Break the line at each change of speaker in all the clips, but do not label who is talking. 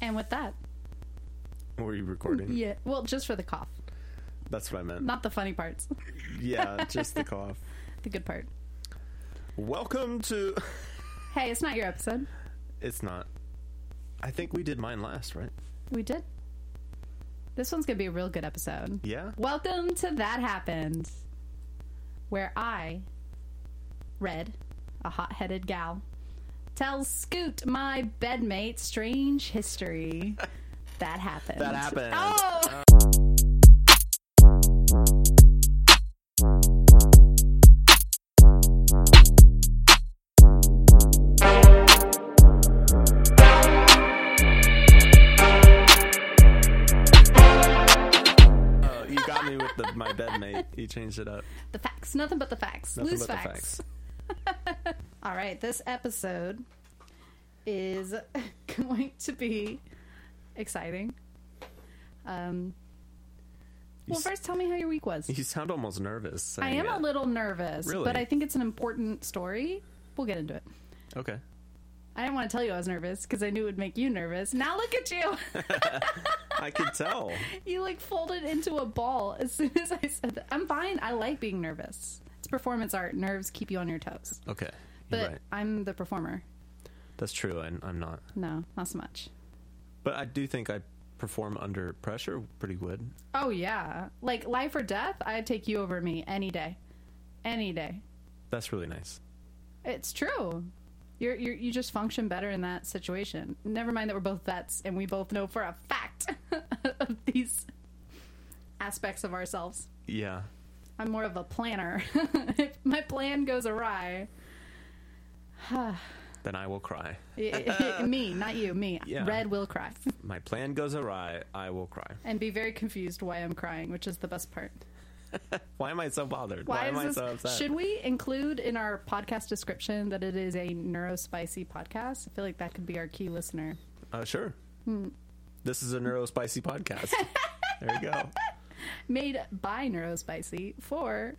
And with that,
Were you recording?
yeah, well, just for the cough,
That's what I meant.
not the funny parts,
Yeah, just the cough.
the good part.
Welcome to.
Hey, it's not your episode.
It's not. I think we did mine last, right?
We did. This one's gonna be a real good episode.
Yeah.
Welcome to That Happened, where I, Red, a hot headed gal, tells Scoot, my bedmate, strange history. That happened.
That happened.
Oh!
Uh, you got me with the, my bedmate. You changed it up.
The facts. Nothing but the facts.
Nothing
Loose
but the
facts. All right, this episode is going to be exciting. Um,
You,
well,
s-
first, tell me how your week was.
you sound almost nervous.
I
saying
am a
it.
little nervous,
Really?
but I think it's an important story. We'll get into it.
Okay.
I didn't want to tell you I was nervous because I knew it would make you nervous. Now look at you.
I could tell.
you like folded into a ball as soon as I said that. I'm fine. I like being nervous. It's performance art. Nerves keep you on your toes.
Okay. You're
But
right.
I'm the performer.
That's true. I, I'm not.
No, not so much.
But I do think I perform under pressure pretty good.
Oh yeah, like life or death, I'd take you over me any day, any day.
That's really nice.
It's true. You're, you're you just function better in that situation. Never mind that we're both vets and we both know for a fact of these aspects of ourselves.
Yeah.
I'm more of a planner. if my plan goes awry,
Then I will cry.
me, not you, me.
Yeah.
Red will cry
My plan goes awry. I will cry.
and be very confused why I'm crying, which is the best part.
Why am I so bothered?
Why,
am I
is
so
this?
upset?
should we include in our podcast description that it is a neurospicy podcast? I feel like that could be our key listener.
Uh, sure. This is a neurospicy podcast. there you go.
Made by Neurospicy for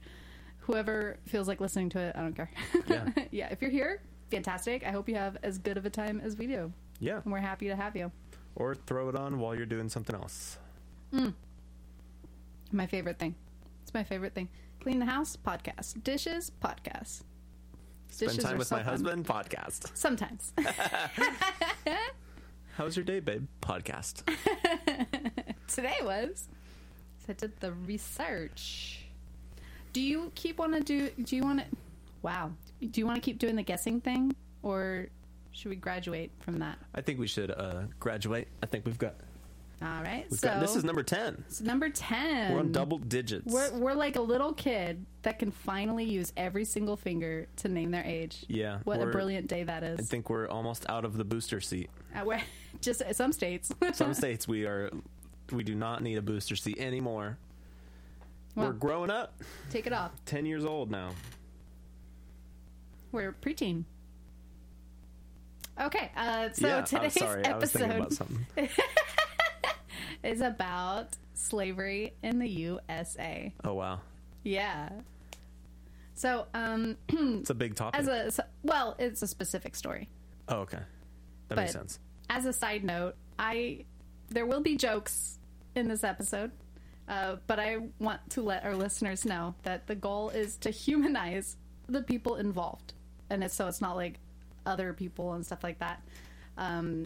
whoever feels like listening to it. I don't care.
Yeah.
yeah, if you're here, fantastic. I hope you have as good of a time as we do.
Yeah.
And we're happy to have you.
Or throw it on while you're doing something else.
My favorite thing. It's my favorite thing. Clean the house, podcast. Dishes, podcast.
Spend
Dishes
time
are
with
so
my
fun.
husband. Podcast.
Sometimes.
How's your day, babe? Podcast.
today was. So I did the research. Do you keep want to do? Do you want to? Wow. Do you want to keep doing the guessing thing, or should we graduate from that?
I think we should uh, graduate. I think we've got.
All right.
We've
so
got this is number ten.
it's number 10
We're on double digits.
We're, we're like a little kid that can finally use every single finger to name their age.
Yeah,
What a
we're-
brilliant day that
I
is.
think we're almost out of the booster seat.
Uh, we're- just uh, some states.
Some states we are. We do not need a booster seat anymore.
well,
we're growing up.
take it off.
Ten years old now.
We're preteen. Okay, uh, so
yeah. I'm
today's
sorry. I was thinking about
episode
something.
is about slavery in the USA.
Oh wow,
Yeah. So, um,
it's a big topic.
as a so- well, it's a specific story.
oh okay, that makes
but-
sense.
As a side note, I there will be jokes in this episode, uh, but I want to let our listeners know that the goal is to humanize the people involved, and it's, so it's not like other people and stuff like that. Um,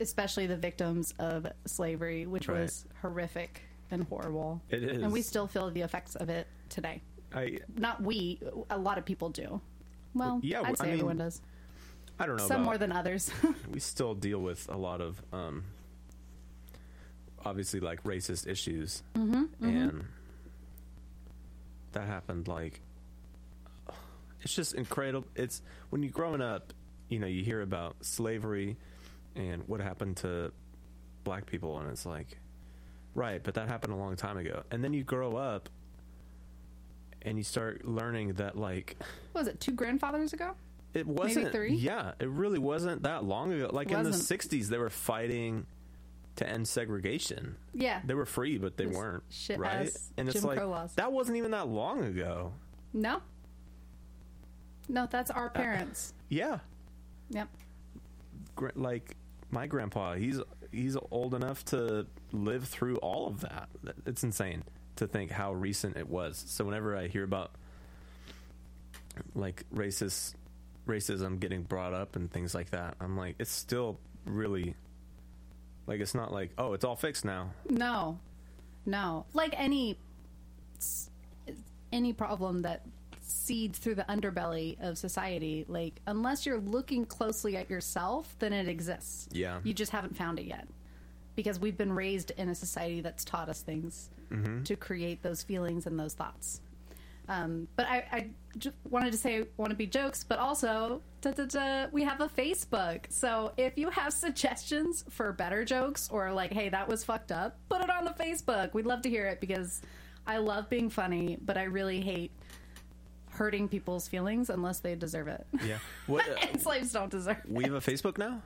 especially the victims of slavery, which
Right.
was horrific and horrible.
It is.
and we still feel the effects of it today.
I
Not we, a lot of people do. Well,
Yeah,
yeah,
I
I'd say
mean,
everyone does.
I don't know.
Some
about-
more than others.
we still deal with a lot of um, obviously like racist issues,
Mm-hmm,
and that happened like it's just incredible. It's when you're growing up, you know, you hear about slavery and what happened to black people, and it's like, right, but that happened a long time ago. And then you grow up and you start learning that like
What was it two grandfathers ago?
it wasn't.
three?
Yeah, it really wasn't that long ago. Like in the
Wasn't.
'60s, they were fighting to end segregation.
Yeah.
They were free, but they
Those
weren't
shit
right.
ass
and it's
Jim
like
Crow laws.
that wasn't even that long ago.
No.
Uh,
No, that's our parents.
Yeah,
yep.
Gr- like my grandpa, he's he's old enough to live through all of that. It's insane to think how recent it was. So whenever I hear about like racist racism getting brought up and things like that, I'm like, it's still really like it's not like oh, it's all fixed now.
No, no. Like any s- any problem that seeds through the underbelly of society, like unless you're looking closely at yourself, then it exists.
Yeah.
You just haven't found it yet because we've been raised in a society that's taught us things to create those feelings and those thoughts. Um, but I, I j- wanted to say want to be jokes, but also da, da, da, we have a Facebook. So if you have suggestions for better jokes or like, hey, that was fucked up, put it on the Facebook. We'd love to hear it because I love being funny, but I really hate hurting people's feelings unless they deserve it.
Yeah. What uh,
and slaves don't deserve.
we have a Facebook now?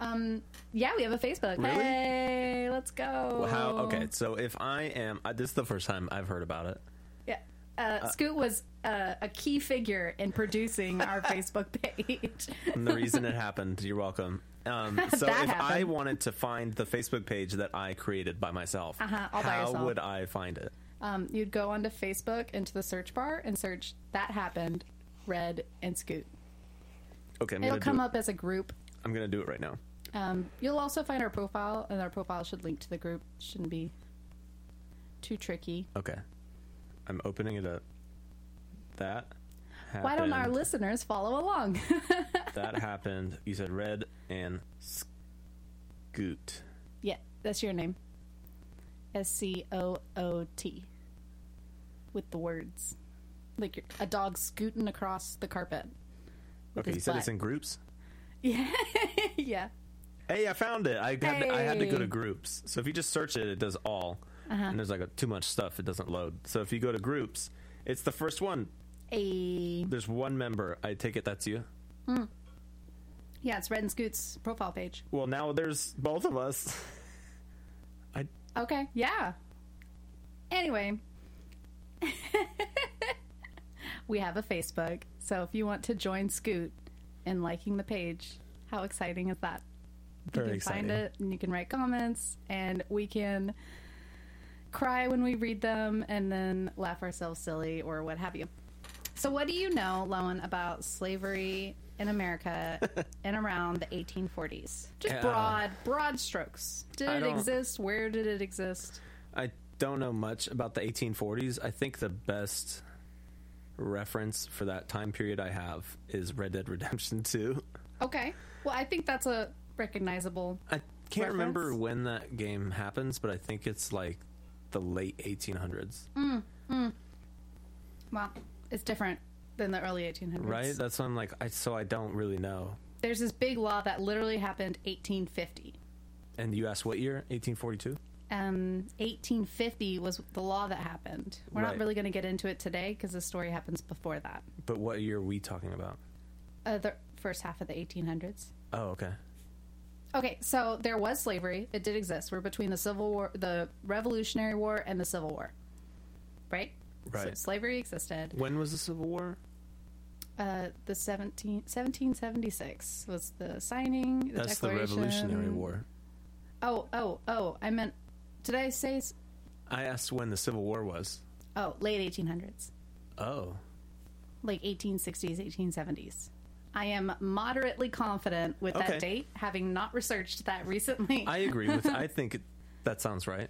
Yeah, we have a Facebook.
Really?
Hey, let's go.
How okay, so if I am I, this is the first time I've heard about it.
Yeah. Uh, Scoot was uh, a key figure in producing our Facebook page.
and the reason it happened. You're welcome. Um, so if
That
I
happened.
wanted to find the Facebook page that I created by myself,
Uh-huh, all by
how
yourself.
would I find it?
Um, you'd go onto Facebook into the search bar and search that happened, Red and Scoot.
Okay, I'm
It'll
gonna
come
do
up as a group.
It. I'm gonna do it right now.
Um, you'll also find our profile, and our profile should link to the group. Shouldn't be too tricky.
Okay, I'm opening it up. That. Happened.
Why don't our listeners follow along?
that happened? You said red and scoot.
yeah, that's your name. S C O O T. With the words, like your- a dog scooting across the carpet. with
Okay,
his
you said
butt.
it's in groups.
yeah.
Hey, I found it. I had, to, I had to go
Hey. Uh-huh.
to groups. So if you just search it, it does all. And there's like a, too much stuff. It doesn't load. So if you go to groups, it's the first one.
A
There's one member. I take it that's you.
yeah, it's Red and Scoot's profile page.
Well, now there's both of us. I
Okay, yeah. Anyway, we have a Facebook, so if you want to join Scoot in liking the page, how exciting is that?
very
you can
excited.
find it and you can write comments, and we can cry when we read them and then laugh ourselves silly or what have you. So, what do you know, Loan, about slavery in America and around the 1840s? Just
Yeah.
broad, broad strokes. Did
I
it
don't-
exist? Where did it exist?
I don't know much about the 1840s. I think the best reference for that time period I have is Red Dead Redemption 2.
Okay. Well, I think that's a recognizable.
I can't remember
Reference?
when that game happens, but I think it's like the late 1800s,
Well, it's different than the early 1800s.
right? That's why I'm like, I, so I don't really know.
There's this big law that literally happened 1850.
And you asked what year? 1842?
um, 1850 was the law that happened. We're
Right.
not really going to get into it today because the story happens before that.
But what year are we talking about?
Uh, the first half of the 1800s.
Oh, okay.
Okay, so there was slavery. It did exist. We're between the Civil War, the Revolutionary War, and the Civil War, right? So
Right.
slavery existed.
When was the Civil War?
Uh, the 17, 1776 was the signing. The
That's the
Declaration.
Revolutionary War.
Oh, oh, oh! I meant. Did I say? s-
I asked when the Civil War was.
Oh, late 1800s.
Oh.
like 1860s, 1870s. I am moderately confident with
Okay.
that date, having not researched that recently.
I agree with I think it, that sounds right.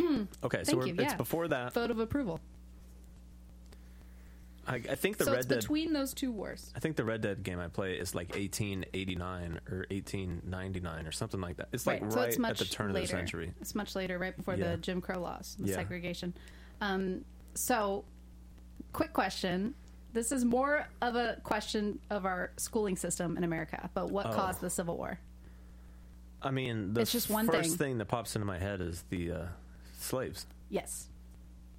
Okay, so
Thank
we're,
you,
it's
yeah.
before that.
Vote of approval.
I, I think the
so it's
Red Dead
between those two wars.
I think the Red Dead game I play is like 1889 or 1899 or something like that. It's like right,
so it's much
at the turn
later.
of the century.
It's much later, right before
Yeah.
the Jim Crow laws, and the
Yeah.
segregation. Um, so, quick question. This is more of a question of our schooling system in America, but what
Oh.
caused the Civil War?
I mean, the
It's just one
first
thing.
thing. that pops into my head is the uh, slaves.
Yes.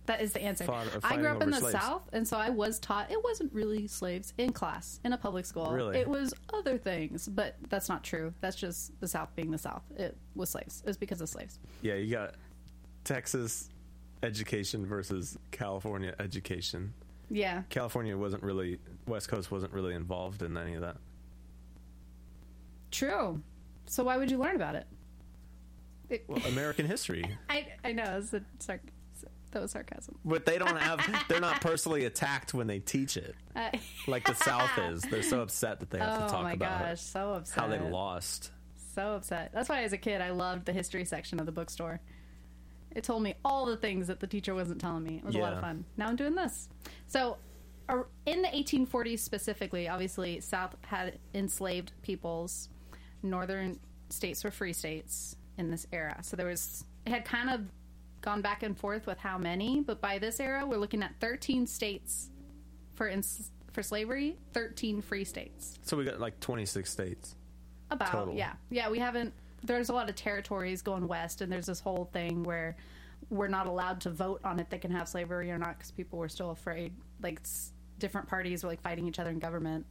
That is the answer.
Fought- uh,
I
fighting
grew up in
over
the
slaves.
South, and so I was taught it wasn't really slaves in class, in a public school.
Really?
It was other things, but that's not true. That's just the South being the South. It was slaves. It was because of slaves.
Yeah, you got Texas education versus California education.
Yeah.
California wasn't really West Coast wasn't really involved in any of that.
True. So why would you learn about it? it
Well, American history.
I I know it's a sarc- that was sarcasm.
But they don't have, they're not personally attacked when they teach it,
Uh,
like the South is. They're so upset that they have to
oh
talk
my
about
gosh,
it,
so upset.
how they lost.
So upset. That's why as a kid I loved the history section of the bookstore. It told me all the things that the teacher wasn't telling me. It was a lot of
Yeah.
fun. Now I'm doing this. So ar- in the 1840s specifically, obviously South had enslaved peoples. Northern states were free states in this era. So there was it had kind of gone back and forth with how many, but by this era we're looking at 13 states for ins- for slavery, 13 free states.
So we got like 26 states.
About
Total.
yeah, yeah. We haven't. There's a lot of territories going west, and there's this whole thing where we're not allowed to vote on if they can have slavery or not because people were still afraid. Like s- different parties were like fighting each other in government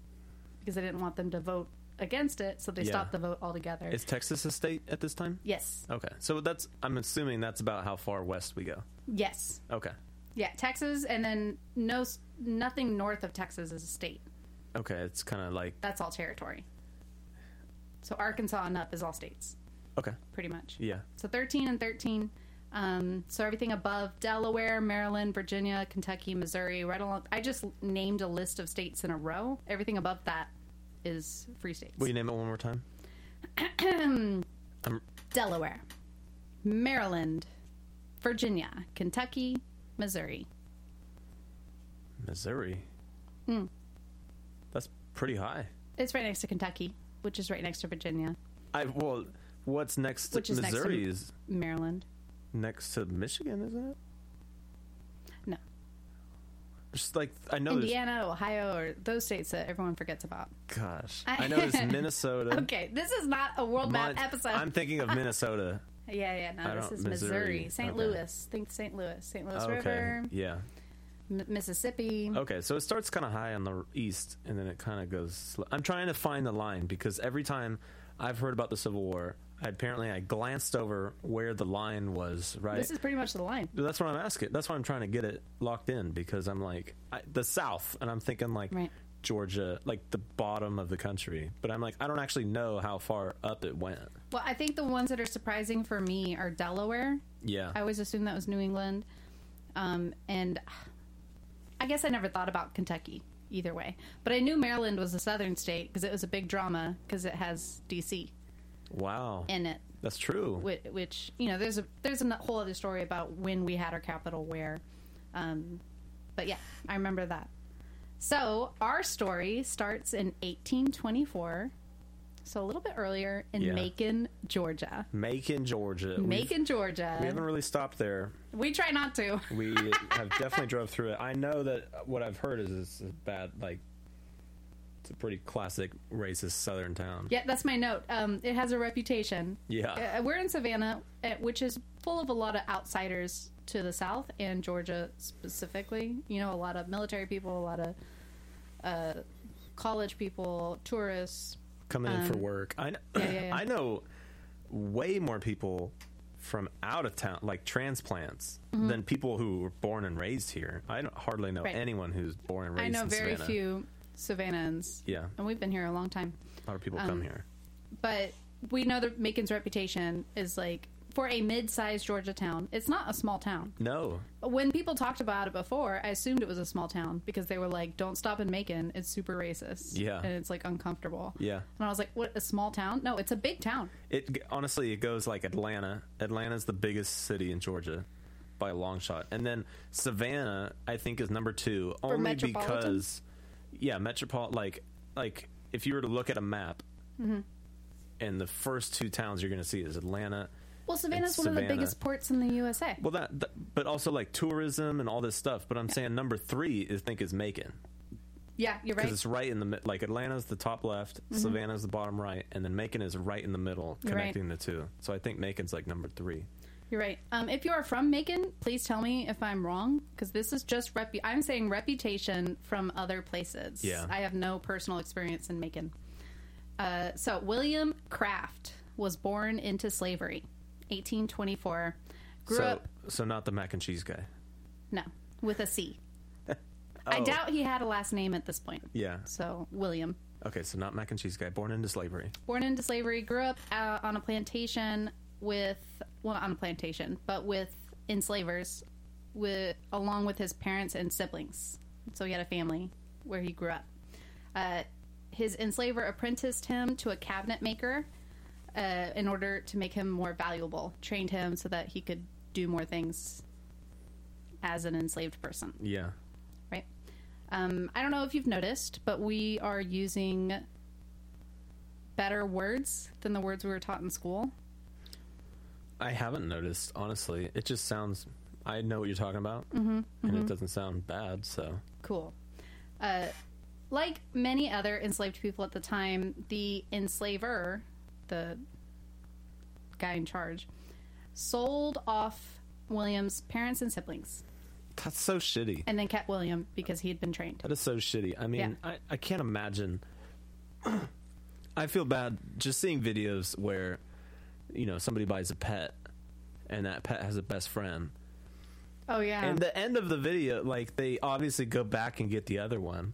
because they didn't want them to vote against it, so they
Yeah.
stopped the vote altogether.
Is Texas a state at this time?
yes,
Okay. So that's, I'm assuming that's about how far west we go.
yes,
Okay.
yeah. Texas, and then no, s- nothing north of Texas is a state.
Okay. It's kind of like,
That's all territory. So Arkansas and up is all states,
okay.
pretty much.
Yeah.
So 13 and 13. Um, so everything above Delaware, Maryland, Virginia, Kentucky, Missouri, right along. I just named a list of states in a row. Everything above that is free states.
Will you name it one more time? I'm,
Delaware, Maryland, Virginia, Kentucky, Missouri.
Missouri.
Hmm.
That's pretty high.
It's right next to Kentucky, which is right next to Virginia,
I well, what's next?
Which is next to-
Missouri is
Maryland.
next to Michigan, isn't it?
No,
Just like I know. there's
Indiana, Ohio, or those states that everyone forgets about.
Gosh,
I-
I, know there's Minnesota.
Okay, this is not a world map
Mon-
episode.
I'm thinking of Minnesota.
Yeah, yeah,
I
no, this
don't-
is Missouri.
Missouri,
St.
okay. Oh,
Louis. Think St. Louis. St. Louis
okay, Oh,
River,
yeah.
M- Mississippi.
Okay, so it starts kind of high on the r- east, and then it kind of goes. Sl- I'm trying to find the line because every time I've heard about the Civil War, I, apparently I glanced over where the line was. Right.
This is pretty much the line.
But that's what I'm asking. That's why I'm trying to get it locked in because I'm like I, the South, and I'm thinking like
Right.
Georgia, like the bottom of the country. But I'm like, I don't actually know how far up it went.
Well, I think the ones that are surprising for me are Delaware.
Yeah,
I always assumed that was New England. Um, and I guess I never thought about Kentucky either way. But I knew Maryland was a southern state because it was a big drama because it has D.C.
wow,
in it.
that's true.
which, which you know there's a there's a whole other story about when we had our capital where um but yeah i remember that so our story starts in 1824 so a little bit earlier in
Yeah.
macon georgia
Macon, Georgia. We've-
macon
We
georgia
haven't really stopped there.
we try not to
We have definitely drove through it. I know that what I've heard is it's a bad, like, it's a pretty classic racist Southern town.
yeah that's my note um it has a reputation
Yeah.
Uh, we're in Savannah, uh, which is full of a lot of outsiders to the South and Georgia specifically. You know, a lot of military people, a lot of uh, college people, tourists.
coming in for work. I know,
um, yeah, yeah, yeah.
I know way more people from out of town, like transplants, than people who were born and raised here. I don't, hardly know
Mm-hmm. Right.
anyone who's born and raised.
I know
in
very
Savannah.
few Savannahans.
Yeah,
And we've been here a long time.
a lot of people
Um,
come here.
But we know that Macon's reputation is like for a mid sized Georgia town, it's not a small town.
No,
When people talked about it before, I assumed it was a small town because they were like, don't stop in Macon. It's super racist.
Yeah.
And it's like uncomfortable.
yeah.
And I was like, what, a small town? No, it's a big town.
It g- honestly, it goes like Atlanta. Atlanta's the biggest city in Georgia by a long shot, and then Savannah, I think, is number two only
metropolitan?
because, yeah, metropolitan. Like, like if you were to look at a map,
Mm-hmm.
and the first two towns you're going to see is Atlanta.
Well, Savannah's
It's
one of the
Savannah.
biggest ports in the USA.
Well, that, that but also like tourism and all this stuff. But I'm saying number three, I think, is Macon
yeah, you're
because
right. Mm-hmm.
it's right in the mid like Atlanta's the top left, Savannah's the bottom right, and then Macon is right in the middle,
You're right.
connecting the two. So I think Macon's like number three.
You're right. Um, if you are from Macon, please tell me if I'm wrong because this is just repu- I'm saying reputation from other places.
Yeah.
I have no personal experience in Macon. Uh, so William Craft was born into slavery, 1824. Grew
so,
up
so not the mac and cheese guy.
no with a C. I doubt he had a last name at this point.
Yeah.
So William
Okay, so not mac and cheese guy, born into slavery.
born into slavery, grew up uh, on a plantation with, well, not on a plantation, but with enslavers, with, along with his parents and siblings. So he had a family where he grew up. Uh, his enslaver apprenticed him to a cabinet maker uh, in order to make him more valuable, trained him so that he could do more things as an enslaved person
Yeah.
right? Um, I don't know if you've noticed, but we are using better words than the words we were taught in school.
I haven't noticed, honestly. It just sounds. I know what you're talking about,
Mm-hmm,
and it doesn't sound bad. So
Cool. Uh, like many other enslaved people at the time, the enslaver, the guy in charge, sold off William's parents and siblings,
that's so shitty.
and then kept William because he had been trained.
That is so shitty. I mean, I, I can't imagine. I feel bad just seeing videos where, you know, somebody buys a pet, and that pet has a best friend.
Oh yeah,
and the end of the video, like they obviously go back and get the other one,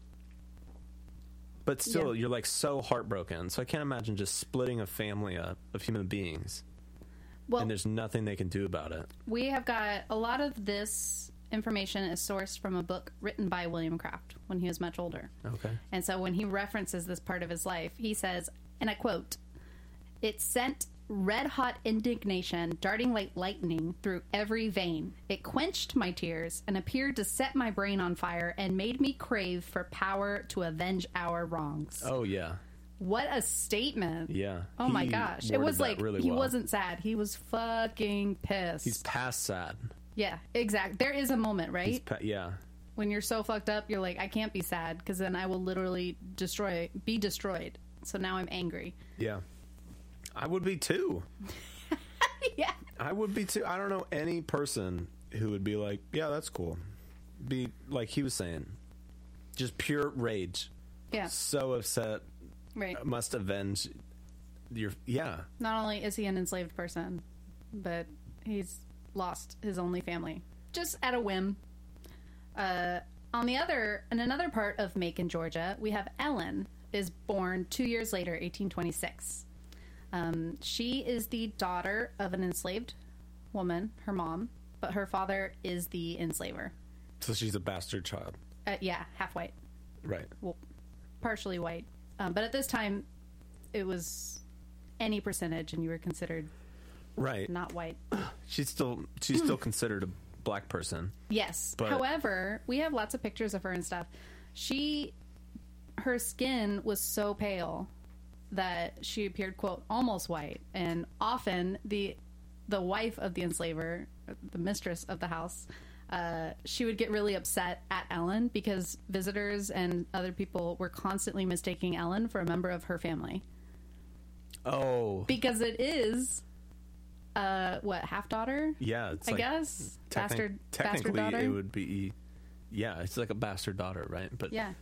but still,
Yeah.
you're like so heartbroken. So I can't imagine just splitting a family up of human beings,
well,
and there's nothing they can do about it.
We have got a lot of this information is sourced from a book written by William Craft when he was much older.
Okay.
And so when he references this part of his life, he says, and I quote, It sent red hot indignation darting like lightning through every vein. It quenched my tears and appeared to set my brain on fire and made me crave for power to avenge our wrongs.
Oh yeah,
What a statement.
yeah.
Oh my
He
gosh. It
worded
was
that
like
really
he
well.
wasn't sad. He was fucking pissed.
He's past sad.
Yeah, exact. There is a moment,
He's
right?
pa- yeah.
When you're so fucked up, you're like, I can't be sad because then I will literally destroy, be destroyed. So now I'm angry.
Yeah. I would be too.
yeah.
I would be too. I don't know any person who would be like, yeah, that's cool. Be like he was saying, just pure rage.
Yeah.
So upset,
Right.
must avenge your. Yeah.
Not only is he an enslaved person, but he's lost his only family just at a whim. Uh, on the other, in another part of Macon, Georgia, we have Ellen is born two years later, 1826. Um, she is the daughter of an enslaved woman, her mom, but her father is the enslaver.
So she's a bastard child.
Uh, yeah, half white,
Right.
well, partially white, um, but at this time, it was any percentage, and you were considered
Right.
not white.
She's still she's still considered a black person.
Yes.
But-
However, we have lots of pictures of her and stuff. She, her skin was so pale that she appeared quote almost white, and often the the wife of the enslaver, the mistress of the house, uh, she would get really upset at Ellen because visitors and other people were constantly mistaking Ellen for a member of her family
Oh.
because it is. Uh, what half daughter?
Yeah. It's
I
like
guess
technic-
bastard
Technically,
bastard daughter.
it would be. Yeah, it's like a bastard daughter, right? But
Yeah.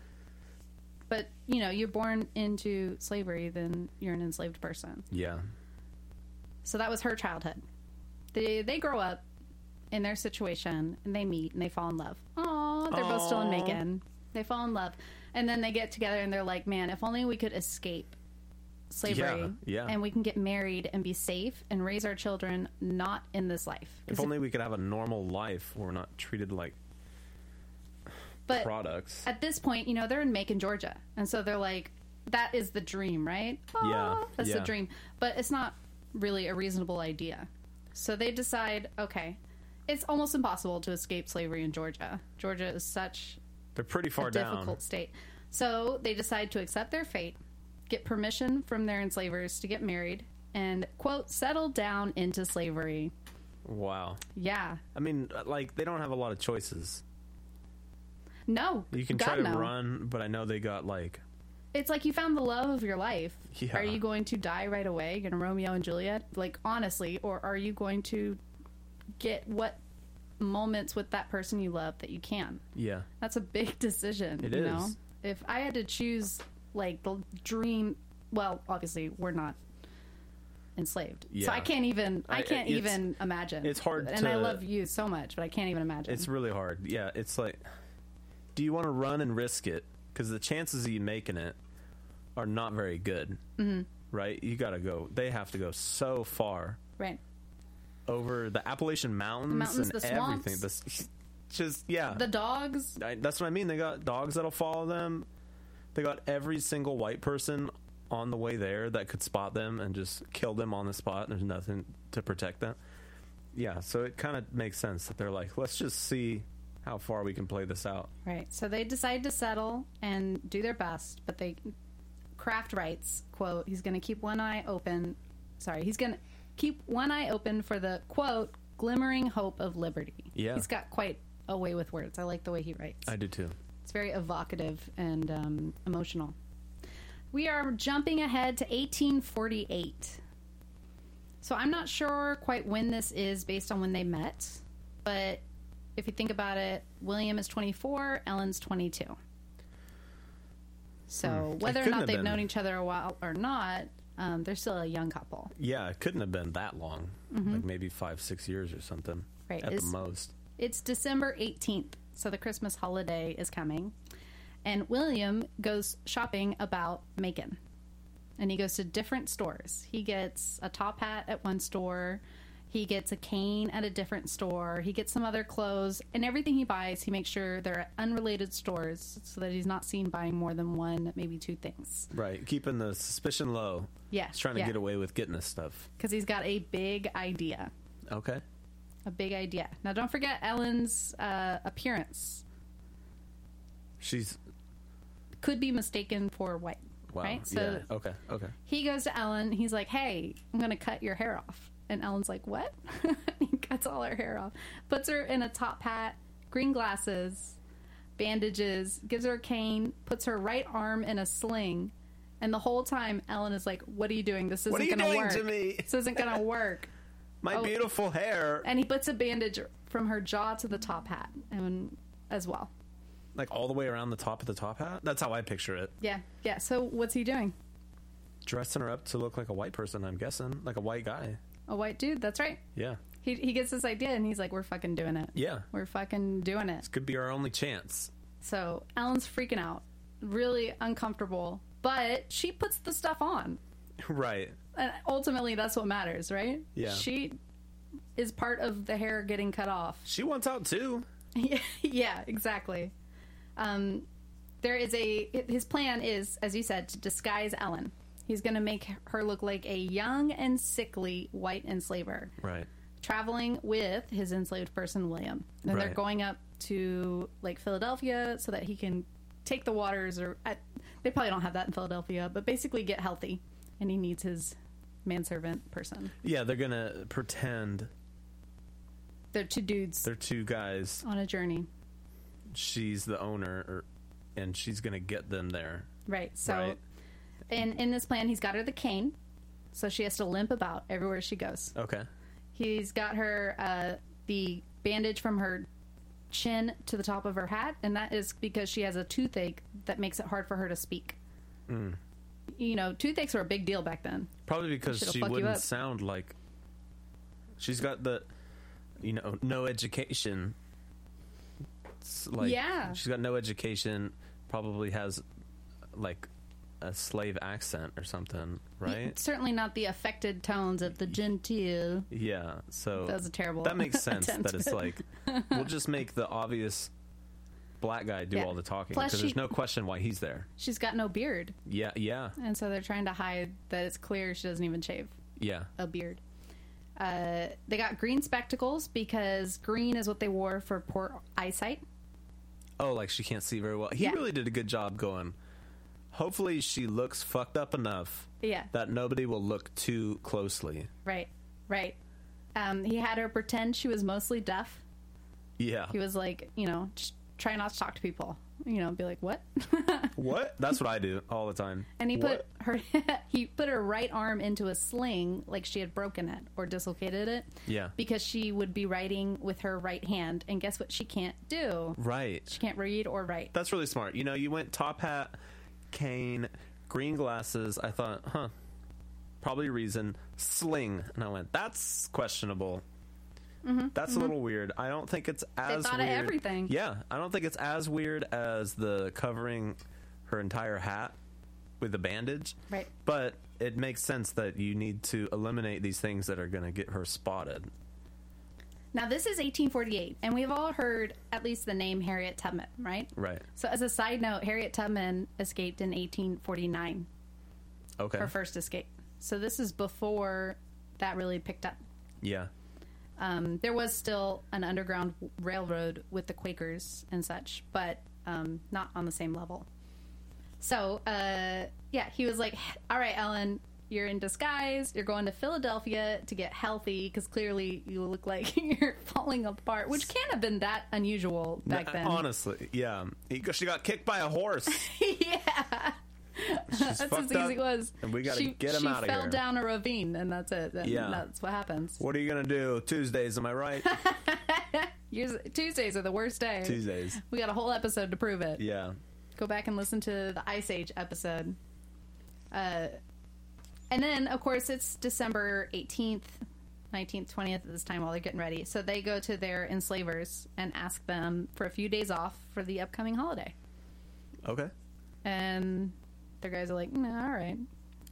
But, you know, you're born into slavery, then you're an enslaved person.
yeah.
So that was her childhood. They they grow up in their situation and they meet and they fall in love. Aw, they're both still in
Aw.
Macon. They fall in love. And then they get together and they're like, Man, if only we could escape slavery
Yeah, yeah.
and we can get married and be safe and raise our children not in this life. 'Cause
If only we could have a normal life where we're not treated like
but
products.
at this point, you know, they're in Macon, Georgia. And so they're like, that is the dream, right? Aw,
Yeah,
That's the
yeah.
dream. But it's not really a reasonable idea. So they decide, okay, it's almost impossible to escape slavery in Georgia. Georgia is such
They're pretty far
a
down.
difficult state. So they decide to accept their fate, get permission from their enslavers to get married, and, quote, settle down into slavery.
Wow.
Yeah.
I mean, like they don't have a lot of choices.
No.
You can
God,
try to
no.
run, but I know they got like
it's like you found the love of your life.
Yeah.
Are you going to die right away, gonna Romeo and Juliet? Like honestly, or are you going to get what moments with that person you love that you can?
yeah.
That's a big decision.
It
you
is.
know? If I had to choose like the dream well, obviously we're not enslaved.
Yeah.
So I can't even I,
I-
can't
it's-
even imagine.
it's hard
And I
to-
love you so much, but I can't even imagine.
It's really hard. Yeah, it's like do you want to run and risk it cuz the chances of you making it are not very good, mm-hmm. right? You got to go. They have to go so far
Right.
over the Appalachian Mountains,
mountains, the
and
swamps.
everything. This, just yeah,
The dogs.
I, that's what I mean. They got dogs that'll follow them. They got every single white person on the way there that could spot them and just kill them on the spot. There's nothing to protect them. Yeah, so it kind of makes sense that they're like, let's just see how far we can play this out.
Right. So they decide to settle and do their best, but they Kraft writes, quote, he's going to keep one eye open. Sorry, he's going to keep one eye open for the quote glimmering hope of liberty.
Yeah.
He's got quite a way with words. I like the way he writes.
I do too.
It's very evocative and um, emotional. We are jumping ahead to 1848. So I'm not sure quite when this is based on when they met, but if you think about it, William is 24, Ellen's 22. So
Hmm, It
whether or
couldn't
not
have
they've
been.
known each other a while or not, um, they're still a young couple.
Yeah, it couldn't have been that long. Like maybe five, six years or something
Mm-hmm. Right,
at
is-
the most.
It's December 18th, so the Christmas holiday is coming. And William goes shopping about Macon. And he goes to different stores. He gets a top hat at one store, he gets a cane at a different store, he gets some other clothes, and everything he buys, he makes sure they're at unrelated stores so that he's not seen buying more than one, maybe two things.
Right, keeping the suspicion low.
Yeah,
He's trying to
yeah.
get away with getting this stuff.
Because he's got a big idea.
Okay.
A big idea. Now, don't forget Ellen's uh, appearance
She's.
could be mistaken for white.
Wow.
Right? So
yeah. Oh. Okay. Okay.
he goes to Ellen. He's like, "Hey, I'm gonna cut your hair off," and Ellen's like, "What?" he cuts all her hair off, puts her in a top hat, green glasses, bandages, gives her a cane, puts her right arm in a sling, and the whole time Ellen is like, "What are you doing? This isn't
are you
gonna
doing
work.
to me?"
This isn't gonna work."
My
Oh.
beautiful hair.
And he puts a bandage from her jaw to the top hat, and as well.
like all the way around the top of the top hat. That's how I picture it.
Yeah, yeah. So what's he doing?
Dressing her up to look like a white person, I'm guessing, like a white guy.
A white dude. That's right.
Yeah,
He he gets this idea, and he's like, "We're fucking doing it."
yeah,
We're fucking doing it.
could be our only chance.
So Ellen's freaking out, really uncomfortable, but she puts the stuff on.
right.
And ultimately, that's what matters, right?
Yeah.
She is part of the hair getting cut off.
She wants out too.
yeah, exactly. Um, there is a. His plan is, as you said, to disguise Ellen. He's going to make her look like a young and sickly white enslaver
Right.
traveling with his enslaved person William. And they're
Right.
going up to like Philadelphia so that he can take the waters or I, they probably don't have that in Philadelphia, but basically get healthy and he needs his manservant person.
Yeah, they're gonna pretend
They're two dudes
they're two guys.
on a journey.
She's the owner, or, and she's gonna get them there.
Right. So
Right.
in in this plan he's got her the cane. So she has to limp about everywhere she goes.
Okay.
He's got her uh, the bandage from her chin to the top of her hat, and that is because she has a toothache that makes it hard for her to speak. You know, toothaches were a big deal back then.
Probably because
Shit'll
she
fuck you
wouldn't
up.
sound like. She's got the, you know, no education. It's like,
Yeah.
She's got no education. Probably has, like, a slave accent or something, right?
Certainly not the affected tones of the genteel.
yeah. So
That was a terrible.
that makes sense.
attempt.
that it's like we'll just make the obvious black guy do
Yeah.
all the talking
Plus
because
she-
there's no question why he's there.
she's got no beard,
Yeah. Yeah.
and so they're trying to hide that it's clear she doesn't even shave.
Yeah.
a beard. Uh, they got green spectacles because green is what they wore for poor eyesight.
oh, like she can't see very well. He
Yeah.
really did a good job going. Hopefully, she looks fucked up enough
Yeah.
that nobody will look too closely.
Right, right. Um, he had her pretend she was mostly deaf.
Yeah.
He was like, you know, just try not to talk to people. You know, be like, what?
What? That's what I do all the time.
And he
What?
put her he put her right arm into a sling like she had broken it or dislocated it.
Yeah.
Because she would be writing with her right hand, and guess what? She can't do.
Right.
She can't read or write.
That's really smart. You know, you went top hat, cane, green glasses. I thought, huh, probably reason sling, and I went, that's questionable. That's a little weird. I don't think it's
Mm-hmm.
as
thought of
weird.
everything.
Yeah, I don't think it's as weird as the covering her entire hat with a bandage.
Right.
But it makes sense that you need to eliminate these things that are going to get her spotted.
Now, this is 1848, and we've all heard at least the name Harriet Tubman, right?
Right.
So, as a side note, Harriet Tubman escaped in 1849,
Okay.
her first escape. So, this is before that really picked up.
Yeah.
Um, there was still an underground railroad with the Quakers and such, but um, not on the same level. So, uh, yeah, he was like, "All right, Ellen, you're in disguise. You're going to Philadelphia to get healthy because clearly you look like you're falling apart," which can't have been that unusual back
Uh,
then.
Honestly, yeah. He- she got kicked by a horse.
yeah, that's as
fucked
easy
up,
as it was.
and we gotta
She-
get him
she
outta
fell
here.
down a ravine, and that's it. And
Yeah.
that's what happens.
What are you going to do Tuesdays? Am I right?
Yours- Tuesdays are the worst day.
Tuesdays.
We got a whole episode to prove it.
Yeah.
Go back and listen to the Ice Age episode. Uh, and then, of course, it's December 18th, 19th, 20th at this time while they're getting ready. So they go to their enslavers and ask them for a few days off for the upcoming holiday.
Okay.
And their guys are like, nah, all right.